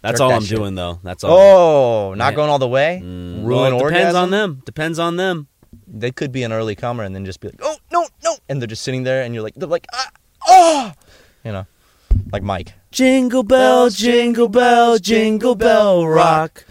S4: That's
S3: Jerk
S4: all
S3: that
S4: I'm
S3: shit.
S4: doing though. That's all.
S3: Oh, not
S4: Yeah.
S3: going all the way.
S4: Mm,
S3: Ruin
S4: well, it depends
S3: orgasm?
S4: on them. Depends on them.
S3: They could be an early comer and then just be like, "Oh, no, no." And they're just sitting there and you're like they're like, "Ah, "Oh." You know. Like Mike.
S4: Jingle bells, jingle bells, jingle bell rock.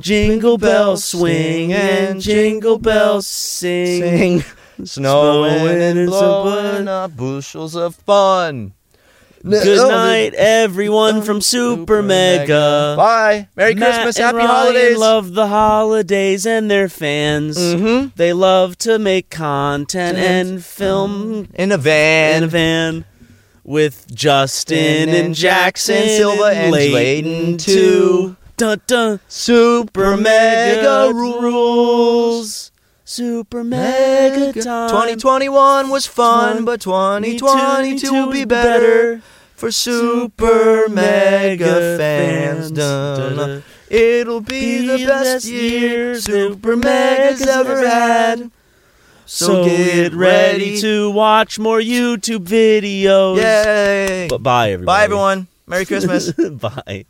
S4: Jingle bells swing and jingle bells sing.
S3: Sing. Snowing
S4: Snowing
S3: and
S4: and
S3: blowing
S4: snowing.
S3: up bushels of fun.
S4: Good night, everyone from Super Mega.
S3: Bye. Merry
S4: Matt
S3: Christmas.
S4: and
S3: Happy
S4: Ryan
S3: holidays.
S4: love the holidays and their fans.
S3: Mhm.
S4: They love to make content and film
S3: In a
S4: in
S3: van.
S4: a van with Justin and Jackson
S3: Silva and Layden
S4: Layden
S3: too.
S4: Dun dun.
S3: Super mega
S4: rules. Super mega time.
S3: 2021 was fun, but 2022 will be better.
S4: for super mega fans. Dun, dun. It'll be the best year super mega's ever had. So get ready to watch more YouTube videos.
S3: Yay!
S4: But bye everybody.
S3: Bye, everyone. Merry Christmas.
S4: bye.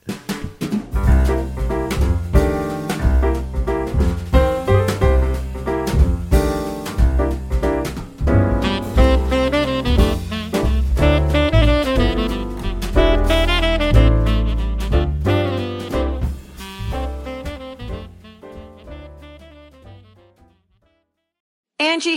S1: Angie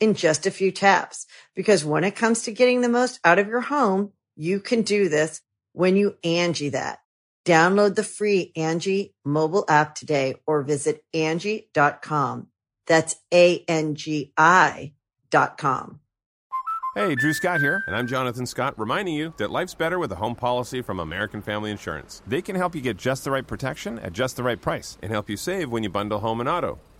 S1: in just a few taps. Because when it comes to getting the most out of your home, you can do this when you Angie that. Download the free Angie mobile app today or visit Angie.com. That's A-N-G-I dot com.
S7: Hey, Drew Scott here, and I'm Jonathan Scott, reminding you that life's better with a home policy from American Family Insurance. They can help you get just the right protection at just the right price and help you save when you bundle home and auto.